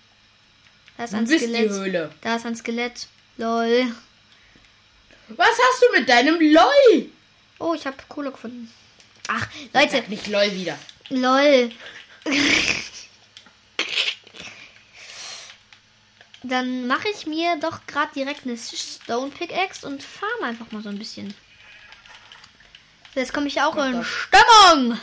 Speaker 2: Da ist
Speaker 1: Du
Speaker 2: ein
Speaker 1: bist
Speaker 2: Skelett.
Speaker 1: die Höhle.
Speaker 2: Da ist ein Skelett. Lol.
Speaker 1: Was hast du mit deinem LOL?
Speaker 2: Oh, ich habe Kohle gefunden. Ach,
Speaker 1: Sag
Speaker 2: Leute,
Speaker 1: Nicht LOL wieder.
Speaker 2: lol. Dann mache ich mir doch gerade direkt eine Stone Pickaxe und farm einfach mal so ein bisschen. Jetzt komme ich auch in
Speaker 1: das.
Speaker 2: Stimmung.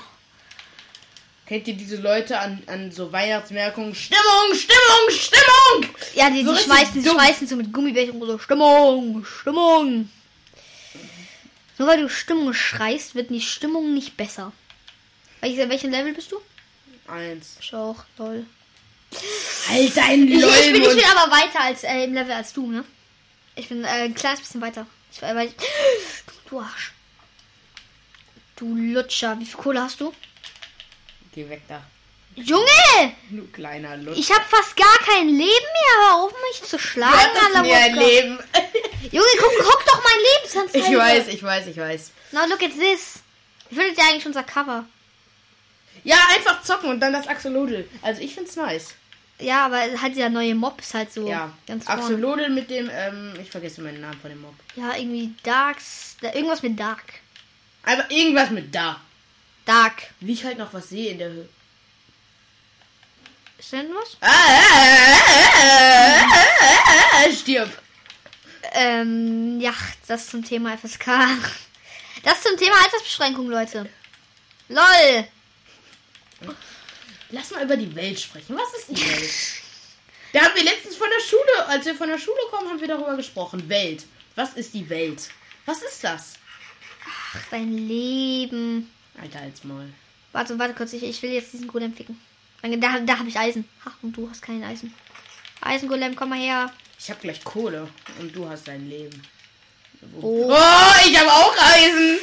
Speaker 1: Kennt ihr diese Leute an, an so Weihnachtsmerkungen? Stimmung, Stimmung, Stimmung!
Speaker 2: Ja, die,
Speaker 1: So
Speaker 2: die
Speaker 1: richtig
Speaker 2: schmeißen, die
Speaker 1: dumm.
Speaker 2: schmeißen so mit Gummibärchen rum, so Stimmung, Stimmung. Nur weil du Stimmung schreist, wird die Stimmung nicht besser. Welches, welchen Level bist du?
Speaker 1: Eins.
Speaker 2: Ich auch, lol.
Speaker 1: Halt dein
Speaker 2: Ich, ich, bin, ich
Speaker 1: LOL-Mund.
Speaker 2: bin aber weiter als äh, im Level als du, ne? Ich bin äh, ein kleines bisschen weiter. Ich, äh, weil ich, du Arsch. Du Lutscher, wie viel Kohle hast du?
Speaker 1: Geh weg da.
Speaker 2: Junge!
Speaker 1: Du kleiner Lutz.
Speaker 2: Ich habe fast gar kein Leben mehr. Hör auf mich zu schlagen,
Speaker 1: Hat das mir ein
Speaker 2: Alabocca.
Speaker 1: Leben.
Speaker 2: Junge, guck, guck doch mein Lebensanzeige.
Speaker 1: Ich weiß, ich weiß, ich weiß.
Speaker 2: Now look at this. Wie findet ihr eigentlich unser Cover?
Speaker 1: Ja, einfach zocken und dann das Axolotl. Also ich find's nice.
Speaker 2: Ja, aber halt dieser neue Mob ist halt so
Speaker 1: ja.
Speaker 2: ganz vorn.
Speaker 1: Axolotl mit dem, ähm, ich vergesse meinen Namen von dem Mob.
Speaker 2: Ja, irgendwie Darks. Da, irgendwas mit Dark.
Speaker 1: Aber irgendwas mit da.
Speaker 2: Dark.
Speaker 1: Wie ich halt noch was sehe in der Höhe.
Speaker 2: Ist denn was?
Speaker 1: Ah, ah, ah, ah, ah, ah, Stirb.
Speaker 2: Ähm, ja, das zum Thema FSK. Das zum Thema Altersbeschränkung, Leute. LOL.
Speaker 1: Lass mal über die Welt sprechen. Was ist die Welt? Da haben wir letztens von der Schule, als wir von der Schule kommen, haben wir darüber gesprochen. Welt. Was ist die Welt? Was ist das?
Speaker 2: Ach, dein Leben.
Speaker 1: Alter, als mal.
Speaker 2: Warte, warte kurz. Ich, ich will jetzt diesen Golem ficken. Da, da habe ich Eisen. Ach, und du hast kein Eisen. Eisengolem, komm mal her.
Speaker 1: Ich hab gleich Kohle und du hast dein Leben.
Speaker 2: Oh.
Speaker 1: Oh, ich habe auch Eisen.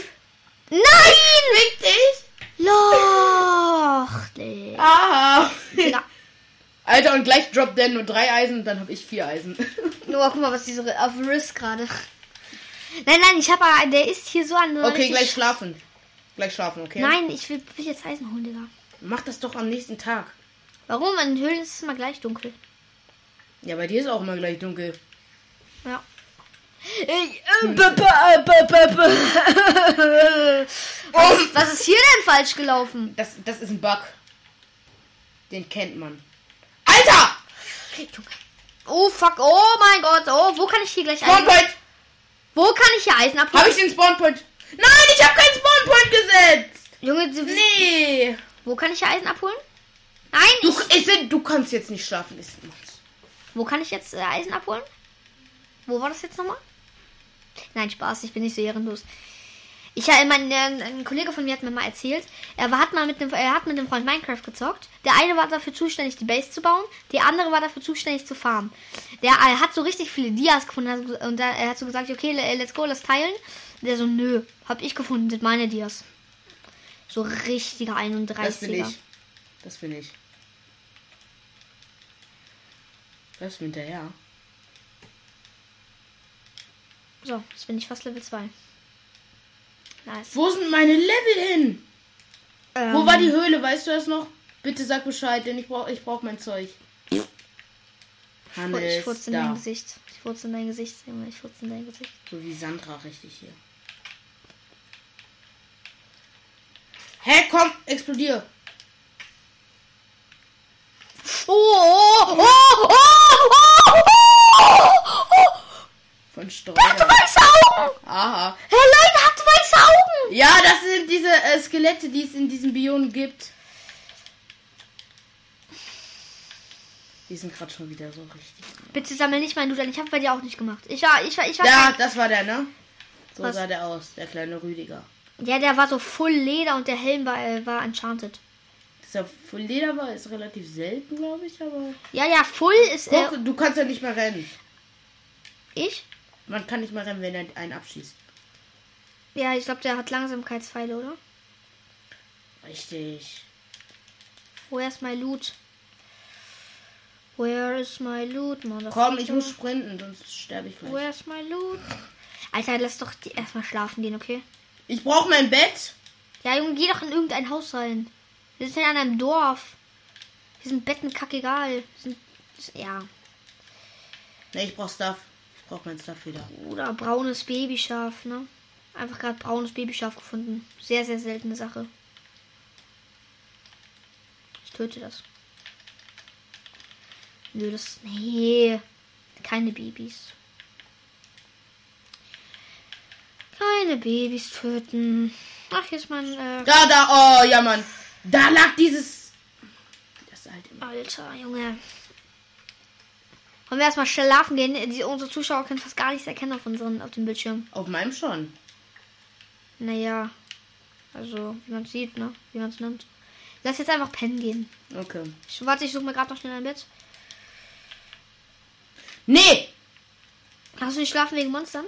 Speaker 2: Nein!
Speaker 1: Fick dich.
Speaker 2: Loch! Nee. Ah.
Speaker 1: Aha.
Speaker 2: Ja.
Speaker 1: <laughs> Alter, und gleich droppt der nur drei Eisen und dann habe ich vier
Speaker 2: <laughs>
Speaker 1: Eisen.
Speaker 2: Nur guck mal, was die so auf Risk gerade. Nein, nein, ich habe aber. Der ist hier so an. so
Speaker 1: Okay,
Speaker 2: richtig-
Speaker 1: gleich schlafen. Gleich schlafen, okay?
Speaker 2: Nein, ich will, will jetzt Eisen holen, Digga.
Speaker 1: Mach das doch am nächsten Tag.
Speaker 2: Warum? In Höhlen ist es immer gleich dunkel.
Speaker 1: Ja, bei dir ist auch immer gleich dunkel.
Speaker 2: Ja. Ich, äh, b- b- äh, b- b- b- <laughs> was, was ist hier denn falsch gelaufen?
Speaker 1: Das, das ist ein Bug. Den kennt man. Alter!
Speaker 2: Oh fuck, oh mein Gott, oh, wo kann ich hier gleich Eisen?
Speaker 1: Spawnpoint!
Speaker 2: Wo kann ich hier Eisen
Speaker 1: Habe
Speaker 2: abholen?
Speaker 1: ich den Spawnpoint? Nein, ich habe keinen Spawnpoint gesetzt!
Speaker 2: Junge, du,
Speaker 1: Nee!
Speaker 2: wo kann ich hier Eisen abholen? Nein,
Speaker 1: Du,
Speaker 2: ich,
Speaker 1: ich, sind- du kannst jetzt nicht schlafen. Ist
Speaker 2: Wo kann ich jetzt äh, Eisen abholen? Wo war das jetzt nochmal? Nein, Spaß, ich bin nicht so ehrenlos. Ich ja, mein, äh, ein Kollege von mir hat mir mal erzählt, er war, hat mal mit einem, er hat mit einem Freund Minecraft gezockt. Der eine war dafür zuständig, die Base zu bauen, der andere war dafür zuständig zu farmen. Der äh, hat so richtig viele Dias gefunden hat, so- und da, er hat so gesagt, okay, le- äh, let's go, lass teilen. Der so, nö, hab ich gefunden, sind meine Dias. So richtiger 31er.
Speaker 1: das bin ich. Das bin ich. Bleibst du mir hinterher?
Speaker 2: So, jetzt bin ich fast Level 2. Nice.
Speaker 1: Wo sind meine Level hin? Wo
Speaker 2: Ähm,
Speaker 1: war die Höhle? Weißt du das noch? Bitte sag Bescheid, denn ich brauch, ich brauch mein Zeug.
Speaker 2: Fu- Ich
Speaker 1: Hannes,
Speaker 2: furze in dein
Speaker 1: da.
Speaker 2: Gesicht. Ich furze in dein Gesicht, Junge. Ich furze in dein Gesicht.
Speaker 1: So wie Sandra richtig hier. Hä, komm, explodier.
Speaker 2: Oh, oh, oh, oh, oh, oh, oh,
Speaker 1: Von Steuer.
Speaker 2: Hat weiße Augen!
Speaker 1: Aha.
Speaker 2: Hey Leute, hat weiße Augen!
Speaker 1: Ja, das sind diese äh, Skelette, die es in diesem Biom gibt. Die sind gerade schon wieder so richtig.
Speaker 2: Bitte sammel nicht meinen Dude ein. Ich habe bei dir auch nicht gemacht. Ich war, ich war, ich war.
Speaker 1: Ja, das war der, ne? So
Speaker 2: Was?
Speaker 1: sah der aus, der kleine Rüdiger.
Speaker 2: kein- ja, der war so voll Leder und der Helm war, äh, war enchanted.
Speaker 1: Ist ja voll Leder war, ist relativ selten, glaube ich, aber.
Speaker 2: Ja, ja, full ist äh,
Speaker 1: Guck, du kannst ja nicht mehr rennen.
Speaker 2: ich.
Speaker 1: Man kann nicht mehr rennen, wenn er einen abschießt.
Speaker 2: Ja, ich glaube, der hat Langsamkeitspfeile, oder?
Speaker 1: Richtig.
Speaker 2: Where's my loot? Where is my loot, Motherfucker?
Speaker 1: Komm, ich muss sprinten, sonst sterbe ich gleich.
Speaker 2: Where's my loot? Alter, lass doch die erstmal schlafen gehen, okay?
Speaker 1: Ich brauche mein Bett.
Speaker 2: Ja, Junge, geh doch in irgendein Haus rein. Wir sind in einem Dorf. Wir sind Betten kackegal. Wir Sind, ja.
Speaker 1: Ne, ich brauche Stuff. Ich brauche mein Stuff wieder.
Speaker 2: Oder braunes Babyschaf, ne? Einfach gerade braunes Babyschaf gefunden. Sehr, sehr seltene Sache. Ich töte das. Nö, das. Nee. Keine Babys. Keine Babys töten. Ach, hier ist mein. Äh,
Speaker 1: Da, da, oh, ja, Mann. Da lag dieses. Das alte.
Speaker 2: Alter, Junge. Wollen wir erstmal schlafen gehen? Die, unsere Zuschauer können fast gar nichts erkennen auf, unseren, auf dem Bildschirm.
Speaker 1: Auf meinem schon.
Speaker 2: Naja. Also, wie man sieht, ne? Wie man es nimmt. Lass jetzt einfach pennen gehen.
Speaker 1: Okay.
Speaker 2: Ich, warte, ich suche mir gerade noch schnell ein Bett.
Speaker 1: Nee,
Speaker 2: Hast du nicht schlafen wegen Monstern?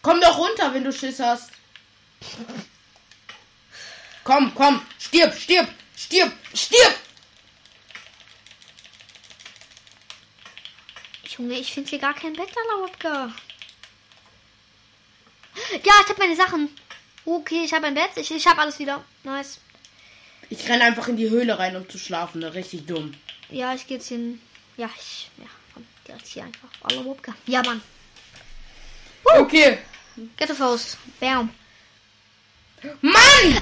Speaker 1: komm doch runter, wenn du Schiss hast. Komm, komm. Stirb, stirb, stirb, stirb.
Speaker 2: Junge, ich finde hier gar kein Bett, Alababka. Ja, ich habe meine Sachen. Okay, ich habe ein Bett. Ich, ich habe alles wieder. Nice.
Speaker 1: Ich renn einfach in die Höhle rein, um zu schlafen. Ne? Richtig dumm.
Speaker 2: Ja, ich gehe jetzt hin. Ja, ich. Ja, komm, direkt hier einfach. Alababka. Ja, Mann.
Speaker 1: Okay.
Speaker 2: Ghetto Faust. Bam.
Speaker 1: Mann!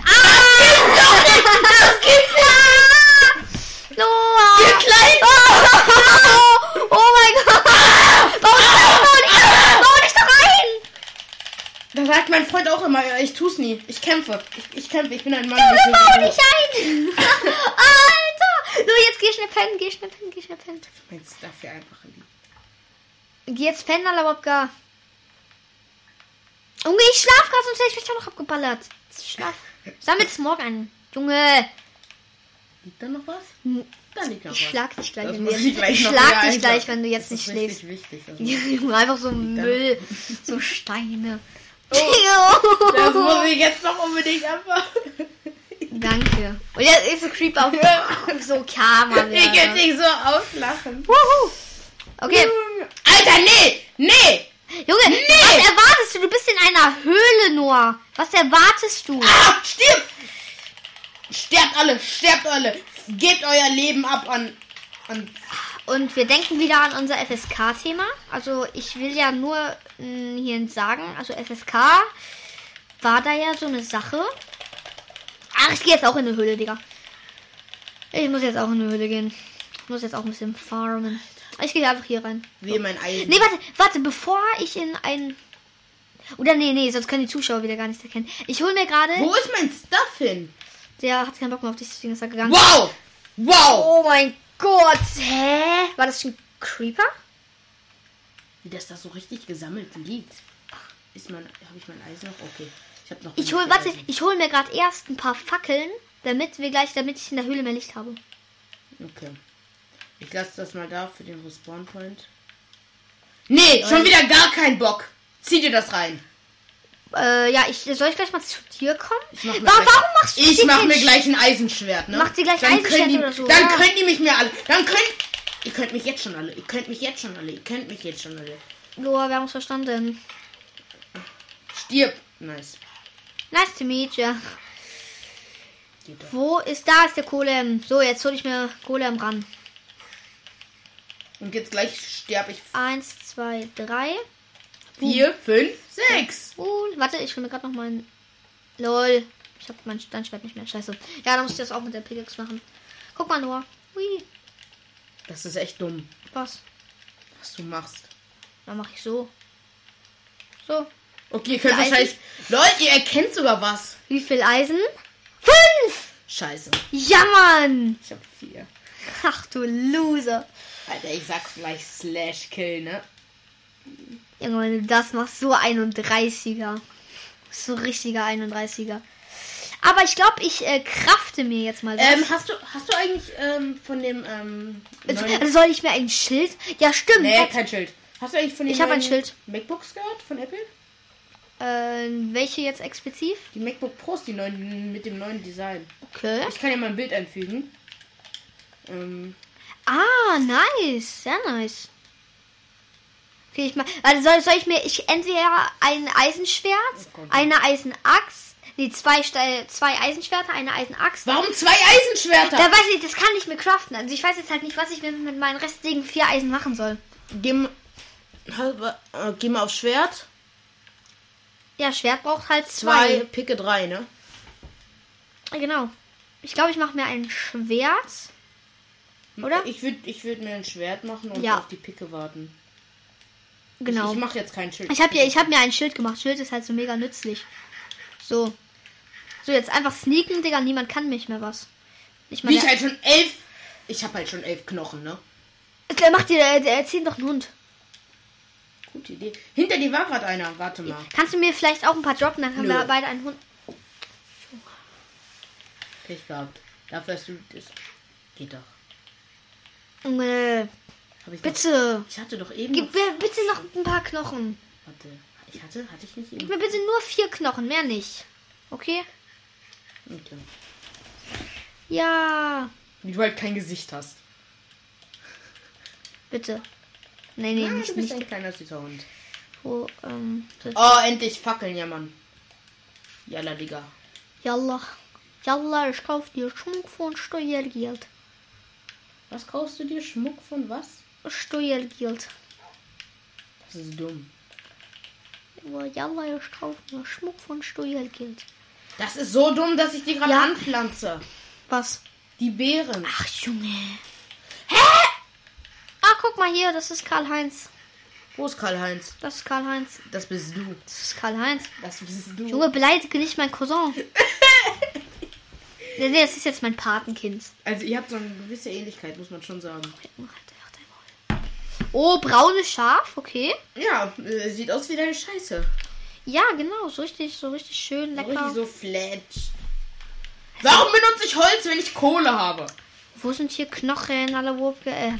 Speaker 2: Noah!
Speaker 1: Ihr kleinen-
Speaker 2: Oh, oh mein Gott! Warum schläft du nicht? Warum nicht da rein?
Speaker 1: Da sagt mein Freund auch immer, ja, ich tu's nie. Ich kämpfe. Ich, ich kämpfe, ich bin ein Mann.
Speaker 2: Junge,
Speaker 1: deswegen-
Speaker 2: bau nicht ein! Alter! So, jetzt geh schnell pennen, geh schnell pennen, geh schnell pennen.
Speaker 1: Mein Stuff hier einfach in die-
Speaker 2: Geh jetzt pennen, Alabobka. Junge, ich schlaf grad, sonst hätte ich mich auch noch abgeballert. Jetzt Schlaf. Sammel Smog an. Junge,
Speaker 1: Liegt da noch was? Da liegt noch
Speaker 2: ich
Speaker 1: was.
Speaker 2: schlag dich gleich,
Speaker 1: Das
Speaker 2: wenn du
Speaker 1: muss
Speaker 2: jetzt,
Speaker 1: ich gleich
Speaker 2: ich
Speaker 1: noch
Speaker 2: schlag
Speaker 1: wieder
Speaker 2: dich gleich,
Speaker 1: einpacken.
Speaker 2: wenn du jetzt
Speaker 1: Das ist
Speaker 2: nicht schläfst.
Speaker 1: richtig wichtig. Das, muss-
Speaker 2: Junge, <laughs> einfach so
Speaker 1: da
Speaker 2: Müll, so Steine.
Speaker 1: Oh.
Speaker 2: <laughs>
Speaker 1: das muss ich jetzt noch unbedingt einfach.
Speaker 2: Danke. Und jetzt ist ein Creeper auf <laughs> so
Speaker 1: <laughs>
Speaker 2: Karma.
Speaker 1: Ich
Speaker 2: wieder. ne?
Speaker 1: kann dich so auslachen.
Speaker 2: Wuhu. Okay,
Speaker 1: Alter, nee! Nee!
Speaker 2: Junge, was erwartest du? Du bist in einer Höhle, Noah. Was erwartest du?
Speaker 1: Ah, stirb! Sterbt alle, sterbt alle. Gebt euer Leben ab an. an
Speaker 2: Und wir denken wieder an unser FSK-Thema. Also ich will ja nur mh, hier sagen, also FSK war da ja so eine Sache. Ach, ich gehe jetzt auch in eine Höhle, Digga. Ich muss jetzt auch in eine Höhle gehen. Ich muss jetzt auch ein bisschen farmen. Ich gehe einfach hier rein.
Speaker 1: wie mein Eisen.
Speaker 2: Nee, warte, warte, bevor ich in ein... Oder nee, nee, sonst können die Zuschauer wieder gar nichts erkennen. Ich hole mir gerade...
Speaker 1: Wo ist mein Stuff hin?
Speaker 2: Der hat keinen Bock mehr auf dich, deswegen ist er gegangen.
Speaker 1: Wow! Wow!
Speaker 2: Oh mein Gott, hä? War das ein Creeper?
Speaker 1: Wie das da so richtig gesammelt liegt. Ist mein. Habe ich mein Eisen noch? Okay. Ich habe noch.
Speaker 2: Ich
Speaker 1: mein
Speaker 2: hol, warte,
Speaker 1: Eisen.
Speaker 2: ich hol mir gerade erst ein paar Fackeln, damit wir gleich, damit ich in der Höhle mehr Licht habe.
Speaker 1: Okay. Ich lasse das mal da für den Respawn Point. Nee, schon wieder gar kein Bock. Zieh dir das rein.
Speaker 2: Äh, ja, ich soll ich gleich mal zu dir kommen?
Speaker 1: Ich mach mir
Speaker 2: Wa-
Speaker 1: gleich-
Speaker 2: warum machst du
Speaker 1: Ich
Speaker 2: dir
Speaker 1: mach
Speaker 2: kein
Speaker 1: mir
Speaker 2: Sch-
Speaker 1: gleich ein Eisenschwert, ne?
Speaker 2: Mach dir gleich
Speaker 1: Dann
Speaker 2: Eisenschwert
Speaker 1: können die,
Speaker 2: oder so,
Speaker 1: Dann
Speaker 2: ja.
Speaker 1: könnt ihr mich mir alle. Dann könnt. Ihr könnt mich jetzt schon alle. Ihr könnt mich jetzt schon alle. Ihr könnt mich jetzt schon alle.
Speaker 2: Loa, wir haben uns verstanden.
Speaker 1: Stirb. Nice.
Speaker 2: Nice to meet you.
Speaker 1: Geht doch.
Speaker 2: Wo ist da ist der Golem? So, jetzt hol ich mir Golem ran.
Speaker 1: Und jetzt gleich sterb ich.
Speaker 2: Eins, zwei, drei.
Speaker 1: Vier, fünf, sechs.
Speaker 2: Und warte, ich will mir gerade noch mein. Lol. Ich hab mein Steinschwert nicht mehr. Scheiße. Ja, dann muss ich das auch mit der Pickaxe machen. Guck mal, Noah. Ui,
Speaker 1: Das ist echt dumm,
Speaker 2: was?
Speaker 1: was du machst.
Speaker 2: Dann mache ich so. So.
Speaker 1: Okay, ihr könnt
Speaker 2: Eisen?
Speaker 1: wahrscheinlich. Leute, ihr erkennt sogar was.
Speaker 2: Wie viel Eisen? Fünf!
Speaker 1: Scheiße.
Speaker 2: Ja, Mann!
Speaker 1: Ich hab vier.
Speaker 2: Ach du Loser.
Speaker 1: Alter, ich sag's gleich Slash Kill, ne?
Speaker 2: Junge, wenn du das machst, so 31er. So richtiger 31er. Aber ich glaube, ich äh, krafte mir jetzt mal was.
Speaker 1: Ähm, hast du, hast du eigentlich ähm, von dem ähm,
Speaker 2: Also,
Speaker 1: neuen-
Speaker 2: also soll ich mir ein Schild? Ja, stimmt.
Speaker 1: Nee,
Speaker 2: Warte.
Speaker 1: kein Schild. Hast du eigentlich von den
Speaker 2: Ich hab ein
Speaker 1: neuen
Speaker 2: Schild.
Speaker 1: MacBooks gehört von Apple?
Speaker 2: Äh, welche jetzt explizit?
Speaker 1: Die MacBook Pros, die neuen mit dem neuen Design.
Speaker 2: Okay.
Speaker 1: Ich kann ja mal ein Bild einfügen. Ähm,
Speaker 2: Ah, nice. Sehr nice. Okay, ich mal. Also soll, soll ich mir ich entweder ein Eisenschwert,
Speaker 1: kommt.
Speaker 2: eine Eisenaxt, nee, zwei, Ste- zwei Eisenschwerter, eine Eisenaxt.
Speaker 1: Warum zwei Eisenschwerter?
Speaker 2: Da weiß ich, das kann ich mir craften. Also ich weiß jetzt halt nicht, was ich mit, mit meinen restlichen vier Eisen machen soll.
Speaker 1: Geh, mal- äh, geh mal auf Schwert.
Speaker 2: Ja, Schwert braucht halt
Speaker 1: Zwei,
Speaker 2: zwei.
Speaker 1: picke drei, ne?
Speaker 2: Genau. Ich glaube, ich mache mir ein Schwert. Oder?
Speaker 1: Ich würde ich würd mir ein Schwert machen und
Speaker 2: Ja.
Speaker 1: auf die Picke warten.
Speaker 2: Genau.
Speaker 1: Ich, ich mache jetzt kein Schild.
Speaker 2: Ich habe ja, ich habe mir ein Schild gemacht. Schild ist halt so mega nützlich. So. So, jetzt einfach sneaken, Digga. Niemand kann mich mehr was. Ich
Speaker 1: Wie
Speaker 2: meine,
Speaker 1: ich halt schon elf. Ich habe halt schon elf Knochen, ne?
Speaker 2: der, der macht dir, der, der erzählt doch einen Hund.
Speaker 1: Gute Idee. Hinter dir war gerade einer. Warte mal.
Speaker 2: Kannst du mir vielleicht auch ein paar droppen? Dann haben
Speaker 1: Nö.
Speaker 2: wir beide einen Hund.
Speaker 1: Pech gehabt. Dafür hast du das. Geht doch.
Speaker 2: Junge,
Speaker 1: Hab ich noch.
Speaker 2: bitte.
Speaker 1: Ich hatte doch eben.
Speaker 2: Gib
Speaker 1: Noch,
Speaker 2: mir bitte noch ein paar Knochen.
Speaker 1: warte. Ich hatte, hatte ich nicht
Speaker 2: Gib
Speaker 1: eben.
Speaker 2: mir bitte nur vier Knochen, mehr nicht. Okay?
Speaker 1: Okay.
Speaker 2: Ja.
Speaker 1: Wie du halt kein Gesicht hast.
Speaker 2: Bitte. Nee, nee,
Speaker 1: Ah,
Speaker 2: nicht,
Speaker 1: du bist
Speaker 2: nicht.
Speaker 1: ein kleiner süßer Hund.
Speaker 2: Oh, ähm, das-
Speaker 1: Oh, endlich fackeln, ja, Mann. Jalla, Digga.
Speaker 2: Jalla. Jalla, ich kauf dir Schmuck von Steuergeld.
Speaker 1: Was kaufst du dir? Schmuck von was?
Speaker 2: Steuergeld.
Speaker 1: Das ist dumm.
Speaker 2: Aber Jalla, Oh, ich kauf mir Schmuck von Steuergeld.
Speaker 1: Das ist so dumm, dass ich die gerade
Speaker 2: Ja.
Speaker 1: anpflanze.
Speaker 2: Was?
Speaker 1: Die Beeren.
Speaker 2: Ach, Junge. Hä? Ah, guck mal hier, das ist Karl-Heinz.
Speaker 1: Wo ist Karl-Heinz?
Speaker 2: Das ist Karl-Heinz.
Speaker 1: Das bist du.
Speaker 2: Das ist Karl-Heinz.
Speaker 1: Das bist du.
Speaker 2: Junge, beleidige nicht
Speaker 1: <laughs>
Speaker 2: meinen Cousin. nee, nee, das ist jetzt mein Patenkind.
Speaker 1: Also ihr habt so eine gewisse Ähnlichkeit, muss man schon sagen.
Speaker 2: halt Oh, braunes Schaf, okay.
Speaker 1: Ja, äh, sieht aus wie deine Scheiße.
Speaker 2: Ja, genau, so richtig, so richtig schön
Speaker 1: So
Speaker 2: lecker.
Speaker 1: Richtig so fletsch. Warum benutze ich Holz, wenn ich Kohle habe?
Speaker 2: Wo sind hier Knochen, alle Wurke? Äh,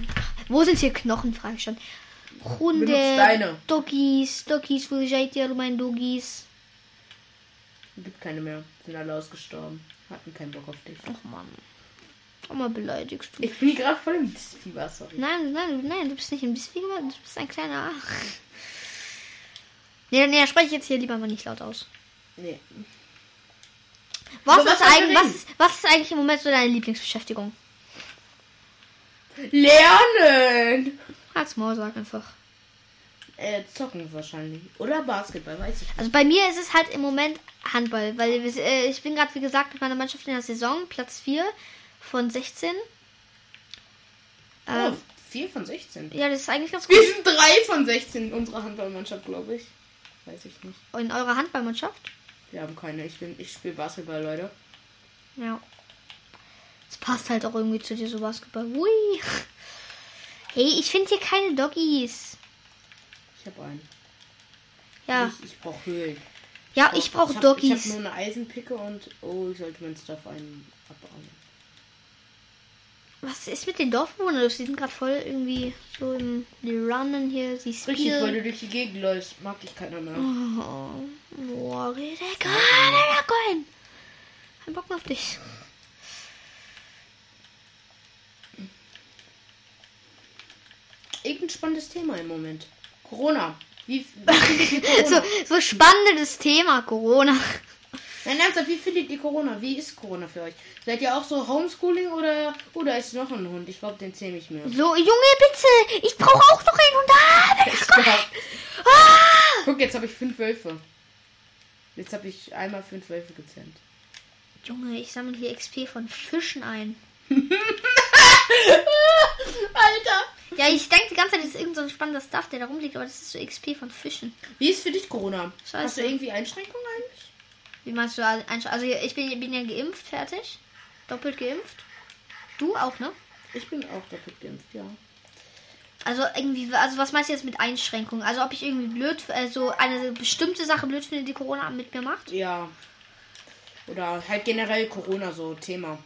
Speaker 2: wo sind hier Knochen, frage ich schon.
Speaker 1: Benutzt
Speaker 2: Hunde,
Speaker 1: deine.
Speaker 2: Doggies, Doggies, wo seid ihr, meine Doggies?
Speaker 1: Gibt keine mehr. Sind alle ausgestorben. Hatten keinen Bock auf dich.
Speaker 2: Ach Mann. Mama beleidigst du.
Speaker 1: Ich bin gerade voll im Fieber, sorry.
Speaker 2: Nein, nein, nein, du bist nicht ein bisschen, du bist ein kleiner. Nee, nee, spreche ich jetzt hier lieber mal nicht laut aus.
Speaker 1: Nee.
Speaker 2: Was
Speaker 1: Aber was
Speaker 2: ist,
Speaker 1: soll ich
Speaker 2: eigentlich,
Speaker 1: reden?
Speaker 2: was, ist, was ist eigentlich im Moment so deine Lieblingsbeschäftigung?
Speaker 1: Lernen!
Speaker 2: Halt's Maul, sag einfach.
Speaker 1: Äh, zocken wahrscheinlich. Oder Basketball, weiß ich nicht.
Speaker 2: Also bei mir ist es halt im Moment Handball, weil wir- äh, ich bin gerade, wie gesagt, mit meiner Mannschaft in der Saison, Platz 4 von 16. Äh,
Speaker 1: Oh, 4 von 16.
Speaker 2: Ja, das ist eigentlich ganz
Speaker 1: Wir
Speaker 2: gut.
Speaker 1: sind 3 von 16 in unserer Handballmannschaft, glaube ich. Weiß ich nicht.
Speaker 2: In eurer Handballmannschaft?
Speaker 1: Wir haben keine. Ich, bin- ich spiele Basketball, Leute.
Speaker 2: Ja. Das passt halt auch irgendwie zu dir, so Basketball. Ui. Hey, ich finde hier keine Doggies.
Speaker 1: Ich habe einen.
Speaker 2: Ja,
Speaker 1: Ich, ich brauche Höhlen.
Speaker 2: ja ich brauche
Speaker 1: hab- Ich
Speaker 2: Doggies.
Speaker 1: habe nur eine Eisenpicke und. Oh, ich sollte mein Stuff einen abbauen.
Speaker 2: Was ist mit den Dorfbewohnern? Die sind gerade voll irgendwie so im. Die runnen hier, sie
Speaker 1: Richtig, weil du
Speaker 2: spielen.
Speaker 1: durch die Gegend läufst. Mag ich keiner mehr.
Speaker 2: Oh, boah, Rebecca, Rebecca, hin. Kein Bock mehr auf dich.
Speaker 1: Irgendein spannendes Thema im Moment. Corona. Wie, wie findet
Speaker 2: <laughs>
Speaker 1: ihr Corona?
Speaker 2: So, so spannendes Thema, Corona.
Speaker 1: Nein, ernsthaft, wie findet ihr Corona? Wie ist Corona für euch? Seid ihr auch so Homeschooling oder. Oh, da ist noch ein Hund. Ich glaube, den zähle ich mir.
Speaker 2: So, Junge, bitte. Ich brauche auch noch einen Hund. Ah, Rebecca,
Speaker 1: <laughs>
Speaker 2: komm.
Speaker 1: Guck, jetzt habe ich fünf Wölfe. Jetzt habe ich einmal fünf Wölfe gezählt.
Speaker 2: Junge, ich sammle hier XP von Fischen ein.
Speaker 1: Alter!
Speaker 2: Ja, ich denke die ganze Zeit, das ist irgend so ein spannender Stuff, der da rumliegt, aber das ist so XP von Fischen.
Speaker 1: Wie ist für dich Corona?
Speaker 2: Scheiße.
Speaker 1: Hast du irgendwie Einschränkungen eigentlich?
Speaker 2: Wie meinst du also, einsch- also ich bin, bin ja geimpft, fertig. Doppelt geimpft. Du auch, ne?
Speaker 1: Ich bin auch doppelt geimpft, ja.
Speaker 2: Also irgendwie, also was meinst du jetzt mit Einschränkungen? Also ob ich irgendwie blöd, also eine bestimmte Sache blöd finde, die Corona mit mir macht?
Speaker 1: Ja. Oder halt generell Corona so Thema.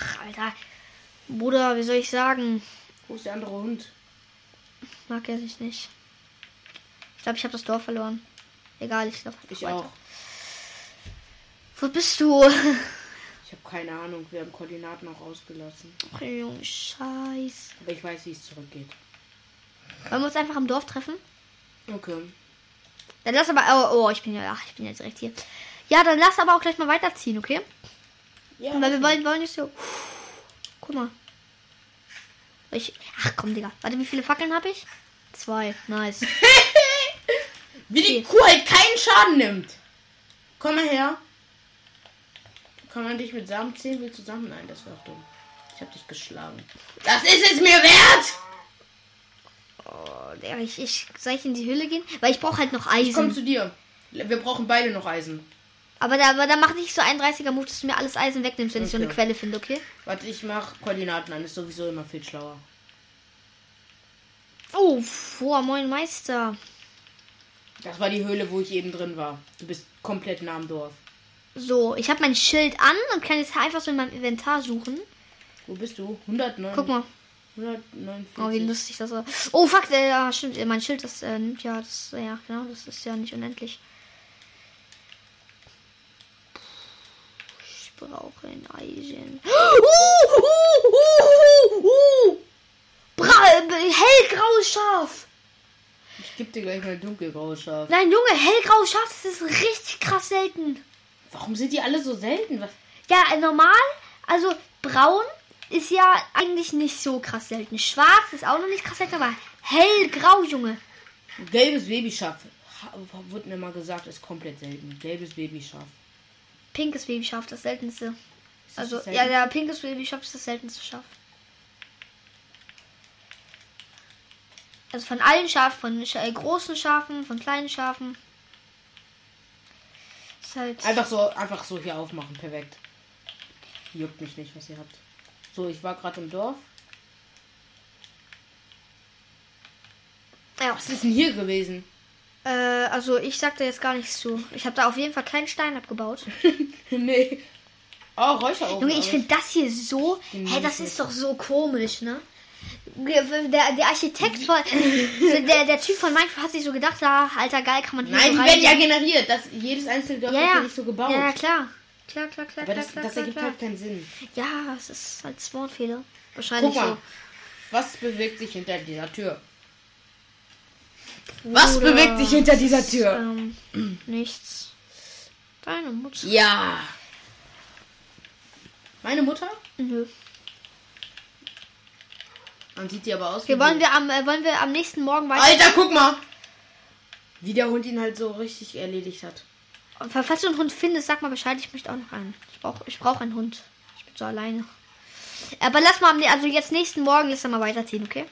Speaker 2: Ach, Alter. Bruder, wie soll ich sagen?
Speaker 1: Wo ist der andere Hund?
Speaker 2: Mag er sich nicht. Ich glaube, ich habe das Dorf verloren. Egal, ich glaube.
Speaker 1: Ich auch.
Speaker 2: Wo
Speaker 1: <laughs>
Speaker 2: bist du?
Speaker 1: Ich habe keine Ahnung. Wir haben Koordinaten auch ausgelassen.
Speaker 2: Ach, Junge, scheiße.
Speaker 1: Aber ich weiß, wie es zurückgeht.
Speaker 2: Wollen wir uns einfach im Dorf treffen?
Speaker 1: Okay.
Speaker 2: Dann lass aber. Oh, oh ich bin ja. Ach, ich bin ja direkt hier. Ja, dann lass aber auch gleich mal weiterziehen, okay?
Speaker 1: Ja.
Speaker 2: Weil wir wollen, wollen nicht so. Guck mal. Ich. Ach komm, Digga. Warte, wie viele Fackeln habe ich? Zwei. Nice.
Speaker 1: <laughs> Wie die Kuh halt keinen Schaden nimmt. Komm mal her. Kann man dich mit Samen zählen? Will zusammen? Nein, das wäre auch dumm. Ich hab dich geschlagen. Das ist es mir wert!
Speaker 2: Oh, Digga, ich, ich. Soll ich in die Höhle gehen? Weil ich brauche halt noch
Speaker 1: Ich komm
Speaker 2: Eisen.
Speaker 1: zu dir. Wir brauchen beide noch Eisen.
Speaker 2: Aber da, aber da mach nicht so 31er Move, dass du mir alles Eisen wegnimmst, wenn ich so eine
Speaker 1: Okay.
Speaker 2: Quelle finde, okay?
Speaker 1: Warte, ich mach Koordinaten an. Ist sowieso immer viel schlauer.
Speaker 2: Oh, boah, moin Meister.
Speaker 1: Das war die Höhle, wo ich eben drin war. Du bist komplett nah am Dorf.
Speaker 2: So, ich habe mein Schild an und kann jetzt einfach so in meinem Inventar suchen.
Speaker 1: Wo bist du? 109.
Speaker 2: Guck mal.
Speaker 1: 149.
Speaker 2: Oh, wie lustig das war. Oh, fuck, äh, ja, stimmt. äh, Mein Schild, das äh, nimmt ja, das, ja, genau, das ist ja nicht unendlich. Ich brauche ein Eisen. <gasps> Uh, uh, uh, uh, uh. Bra äh, hellgraues Schaf.
Speaker 1: Ich geb dir gleich mal dunkelgraue Schaf.
Speaker 2: Nein, Junge, hellgraues Schaf, das ist richtig krass selten.
Speaker 1: Warum sind die alle so selten? Was?
Speaker 2: Ja, äh, normal, also braun ist ja eigentlich nicht so krass selten. Schwarz ist auch noch nicht krass selten, aber hellgrau, Junge.
Speaker 1: Gelbes Babyschaf. Ha- Wurde mir mal gesagt, ist komplett selten. Gelbes Babyschaf.
Speaker 2: Pinkes Babyschaf, das seltenste.
Speaker 1: Ist das
Speaker 2: Also,
Speaker 1: das
Speaker 2: ja,
Speaker 1: selten?
Speaker 2: ja, pinkes Babyschaf ist das seltenste Schaf. Also von allen Schafen, von Sch äh, großen Schafen, von kleinen Schafen. Ist halt.
Speaker 1: Einfach so, einfach so hier aufmachen, perfekt. Juckt mich nicht, was ihr habt. So, ich war gerade im Dorf.
Speaker 2: ja.
Speaker 1: Was ist denn hier gewesen? <laughs>
Speaker 2: äh, also ich sag da jetzt gar nichts zu. Ich habe da auf jeden Fall keinen Stein abgebaut.
Speaker 1: nee. Oh, Räucherofen.
Speaker 2: Junge, ich finde das hier so.
Speaker 1: Den
Speaker 2: Hä,
Speaker 1: mag
Speaker 2: das
Speaker 1: Genau, ich
Speaker 2: ist doch so komisch, ne? Der, der Architekt von.
Speaker 1: <laughs>
Speaker 2: der, der Typ von Minecraft hat sich so gedacht, ah, alter geil, kann man hier
Speaker 1: Nein,
Speaker 2: so
Speaker 1: die
Speaker 2: rein-
Speaker 1: werden ja generiert. Das, jedes einzelne Dorf wird ja nicht so gebaut.
Speaker 2: Ja, ja, klar. Klar, klar, klar,
Speaker 1: Aber
Speaker 2: klar,
Speaker 1: das,
Speaker 2: klar,
Speaker 1: das
Speaker 2: klar,
Speaker 1: ergibt
Speaker 2: klar.
Speaker 1: halt keinen Sinn.
Speaker 2: Ja, es ist halt Spawnfehler.
Speaker 1: Guck
Speaker 2: Wahrscheinlich
Speaker 1: mal.
Speaker 2: so.
Speaker 1: Was bewegt sich hinter dieser Tür? Was
Speaker 2: Oder-
Speaker 1: bewegt sich hinter dieser Tür?
Speaker 2: Ähm, nichts. Deine Mutter.
Speaker 1: Ja. Meine Mutter?
Speaker 2: Nö.
Speaker 1: Dann sieht die aber aus
Speaker 2: Okay, wollen wir am, äh, wollen wir am nächsten Morgen weiter.
Speaker 1: Alter, guck mal! Wie der Hund ihn halt so richtig erledigt hat.
Speaker 2: Falls du einen Hund findest, sag mal Bescheid, ich möchte auch noch einen. Ich brauche ich brauch einen Hund. Ich bin so alleine. Aber lass mal am nä- also jetzt nächsten Morgen lass mal weiterziehen, okay?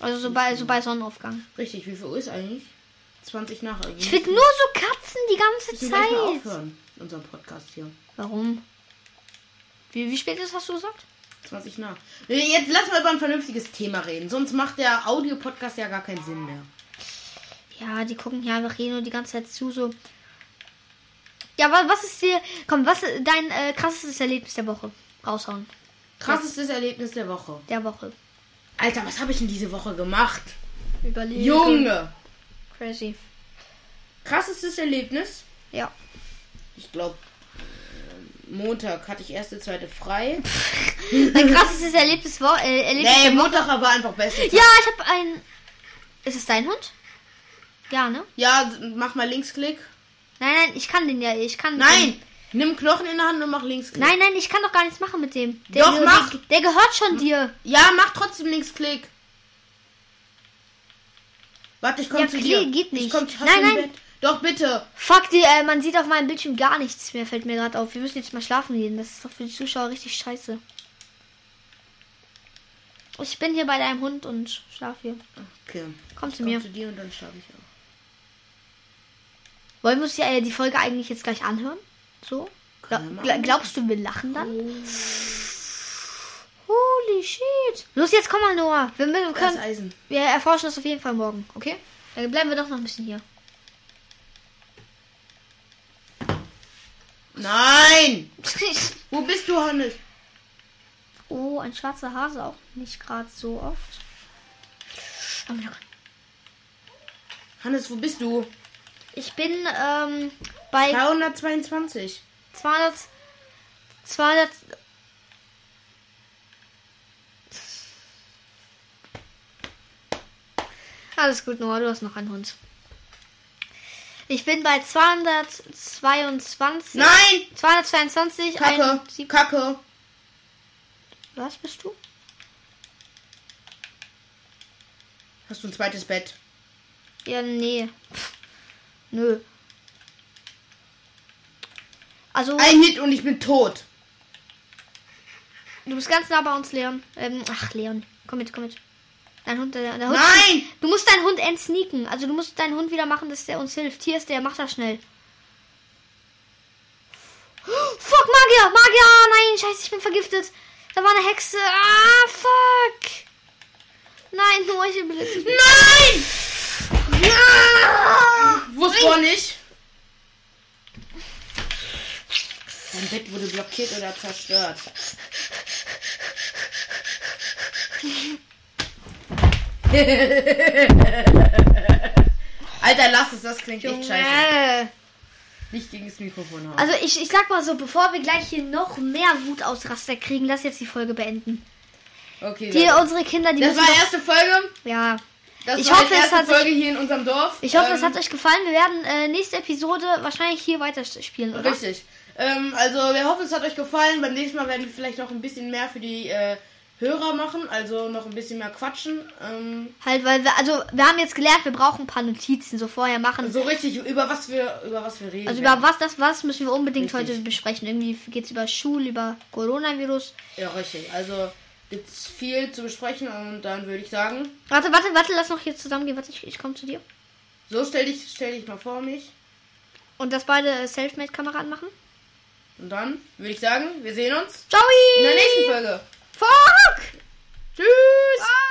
Speaker 2: Also so bei, so bei Sonnenaufgang.
Speaker 1: Richtig, wie viel Uhr ist eigentlich? 20 nach eigentlich.
Speaker 2: Ich will nur so Katzen die ganze
Speaker 1: müssen gleich mal
Speaker 2: Zeit.
Speaker 1: aufhören, unseren Podcast hier.
Speaker 2: Warum? Wie, wie spät ist, hast du gesagt?
Speaker 1: 20 nach. Nee, Jetzt lass mal über ein vernünftiges Thema reden, sonst macht der Audio-Podcast ja gar keinen Sinn mehr.
Speaker 2: Ja, die gucken hier einfach eh nur die ganze Zeit zu, so. Ja, wa- was ist dir. Komm, was ist dein äh, krassestes Erlebnis der Woche? Raushauen.
Speaker 1: Krassestes Erlebnis der Woche.
Speaker 2: Der Woche.
Speaker 1: Alter, was habe ich in diese Woche gemacht?
Speaker 2: Überlegen.
Speaker 1: Junge!
Speaker 2: Crazy.
Speaker 1: Krassestes Erlebnis?
Speaker 2: Ja.
Speaker 1: Ich glaube, Montag hatte ich erste, zweite frei.
Speaker 2: Dein krassestes Erlebnis, wo äh, Erlebnis
Speaker 1: Nee, Montag war einfach besser.
Speaker 2: Ja, ich hab ein. Ist es dein Hund? Ja, ne?
Speaker 1: Ja, mach mal Linksklick.
Speaker 2: Nein, nein, ich kann den ja. Ich kann.
Speaker 1: Nein! Nimm Knochen in der Hand und mach Linksklick.
Speaker 2: nein, nein, ich kann doch gar nichts machen mit dem.
Speaker 1: Doch,
Speaker 2: der,
Speaker 1: mach!
Speaker 2: Der, der gehört schon dir.
Speaker 1: Ja, mach trotzdem Linksklick. Warte, ich komme
Speaker 2: Ja,
Speaker 1: zu
Speaker 2: Klick
Speaker 1: dir.
Speaker 2: geht nicht.
Speaker 1: Ich komm, hast du
Speaker 2: Nein,
Speaker 1: ein
Speaker 2: nein.
Speaker 1: Bett? Doch, bitte.
Speaker 2: Fuck, die, äh, man sieht auf meinem Bildschirm gar nichts mehr, fällt mir gerade auf. Wir müssen jetzt mal schlafen gehen. Das ist doch für die Zuschauer richtig scheiße. Ich bin hier bei deinem Hund und schlaf hier.
Speaker 1: Okay.
Speaker 2: Komm zu
Speaker 1: Ich komm
Speaker 2: mir.
Speaker 1: zu dir und dann schlafe ich auch.
Speaker 2: Wollen wir uns die, äh, die Folge eigentlich jetzt gleich anhören? So? Gla
Speaker 1: Können wir Oh.
Speaker 2: gla
Speaker 1: machen.
Speaker 2: glaubst du, wir lachen dann? Holy shit. Los, jetzt komm mal, Noah. Wir, mü- wir,
Speaker 1: Das
Speaker 2: können,
Speaker 1: Eisen.
Speaker 2: wir erforschen das auf jeden Fall morgen, okay? Dann bleiben wir doch noch ein bisschen hier. <laughs>
Speaker 1: Nein! Wo bist du, Hannes?
Speaker 2: Oh, ein schwarzer Hase auch nicht gerade so oft. Oh mein Gott.
Speaker 1: Hannes, wo bist du?
Speaker 2: Ich bin ähm, bei
Speaker 1: 322.
Speaker 2: 200, 200. Alles gut, Noah, du hast noch einen Hund. Ich bin bei 222.
Speaker 1: Nein!
Speaker 2: 222.
Speaker 1: Kacke!
Speaker 2: Ein, sieb,
Speaker 1: Kacke!
Speaker 2: was bist du?
Speaker 1: Hast du ein zweites Bett?
Speaker 2: Ja, nee. Pff, nö. Also,
Speaker 1: Ein Hit und ich bin tot.
Speaker 2: du bist ganz nah bei uns, Leon. Ähm, ach, Leon. Komm mit, komm mit. Dein Hund, äh, der, der Hund.
Speaker 1: Nein!
Speaker 2: Du musst deinen Hund entsneaken. Also, du musst deinen Hund wieder machen, dass der uns hilft. Hier ist der, mach das schnell. Fuck, Magier! Magier! Nein, scheiße, ich bin vergiftet. Da war eine Hexe. Ah, fuck! Nein, nur ich bin
Speaker 1: Nein! Wusste gar nicht. Dein Bett wurde blockiert oder
Speaker 2: <laughs>
Speaker 1: zerstört. Alter, lass es, das klingt echt scheiße.
Speaker 2: Junge.
Speaker 1: Nicht gegen das Mikrofon hauen.
Speaker 2: Also ich, ich sag mal so, bevor wir gleich hier noch mehr Wutausraster kriegen, lass jetzt die Folge beenden.
Speaker 1: Okay,
Speaker 2: Die,
Speaker 1: Leute.
Speaker 2: unsere Kinder, die
Speaker 1: das war
Speaker 2: müssen
Speaker 1: die erste Folge.
Speaker 2: doch, ja.
Speaker 1: Das
Speaker 2: Ich
Speaker 1: war
Speaker 2: hoffe,
Speaker 1: die
Speaker 2: es
Speaker 1: erste
Speaker 2: hat sich-
Speaker 1: Folge hier in unserem Dorf.
Speaker 2: Ich hoffe,
Speaker 1: Ähm,
Speaker 2: es hat euch gefallen. Wir werden äh, nächste Episode wahrscheinlich hier weiterspielen, oder?
Speaker 1: Richtig. Ähm, also wir hoffen, es hat euch gefallen. Beim nächsten Mal werden wir vielleicht noch ein bisschen mehr für die äh, Hörer machen, also noch ein bisschen mehr quatschen. Ähm,
Speaker 2: Halt, weil wir, also wir haben jetzt gelernt, wir brauchen ein paar Notizen so vorher machen.
Speaker 1: so richtig über was wir über was wir reden.
Speaker 2: Also über was das was müssen wir unbedingt
Speaker 1: Richtig.
Speaker 2: heute besprechen. Irgendwie geht's über Schule, über Coronavirus.
Speaker 1: ja, richtig. Also gibt's viel zu besprechen und dann würde ich sagen,
Speaker 2: Warte, warte, warte, lass noch hier zusammengehen. Warte, ich, ich komme zu dir.
Speaker 1: so stell dich stell dich mal vor mich
Speaker 2: Und dass beide äh, Selfmade-Kamera anmachen.
Speaker 1: und dann würde ich sagen, wir sehen uns
Speaker 2: Ciao!
Speaker 1: in der nächsten Folge.
Speaker 2: Fuck!
Speaker 1: Tschüss.
Speaker 2: Ah!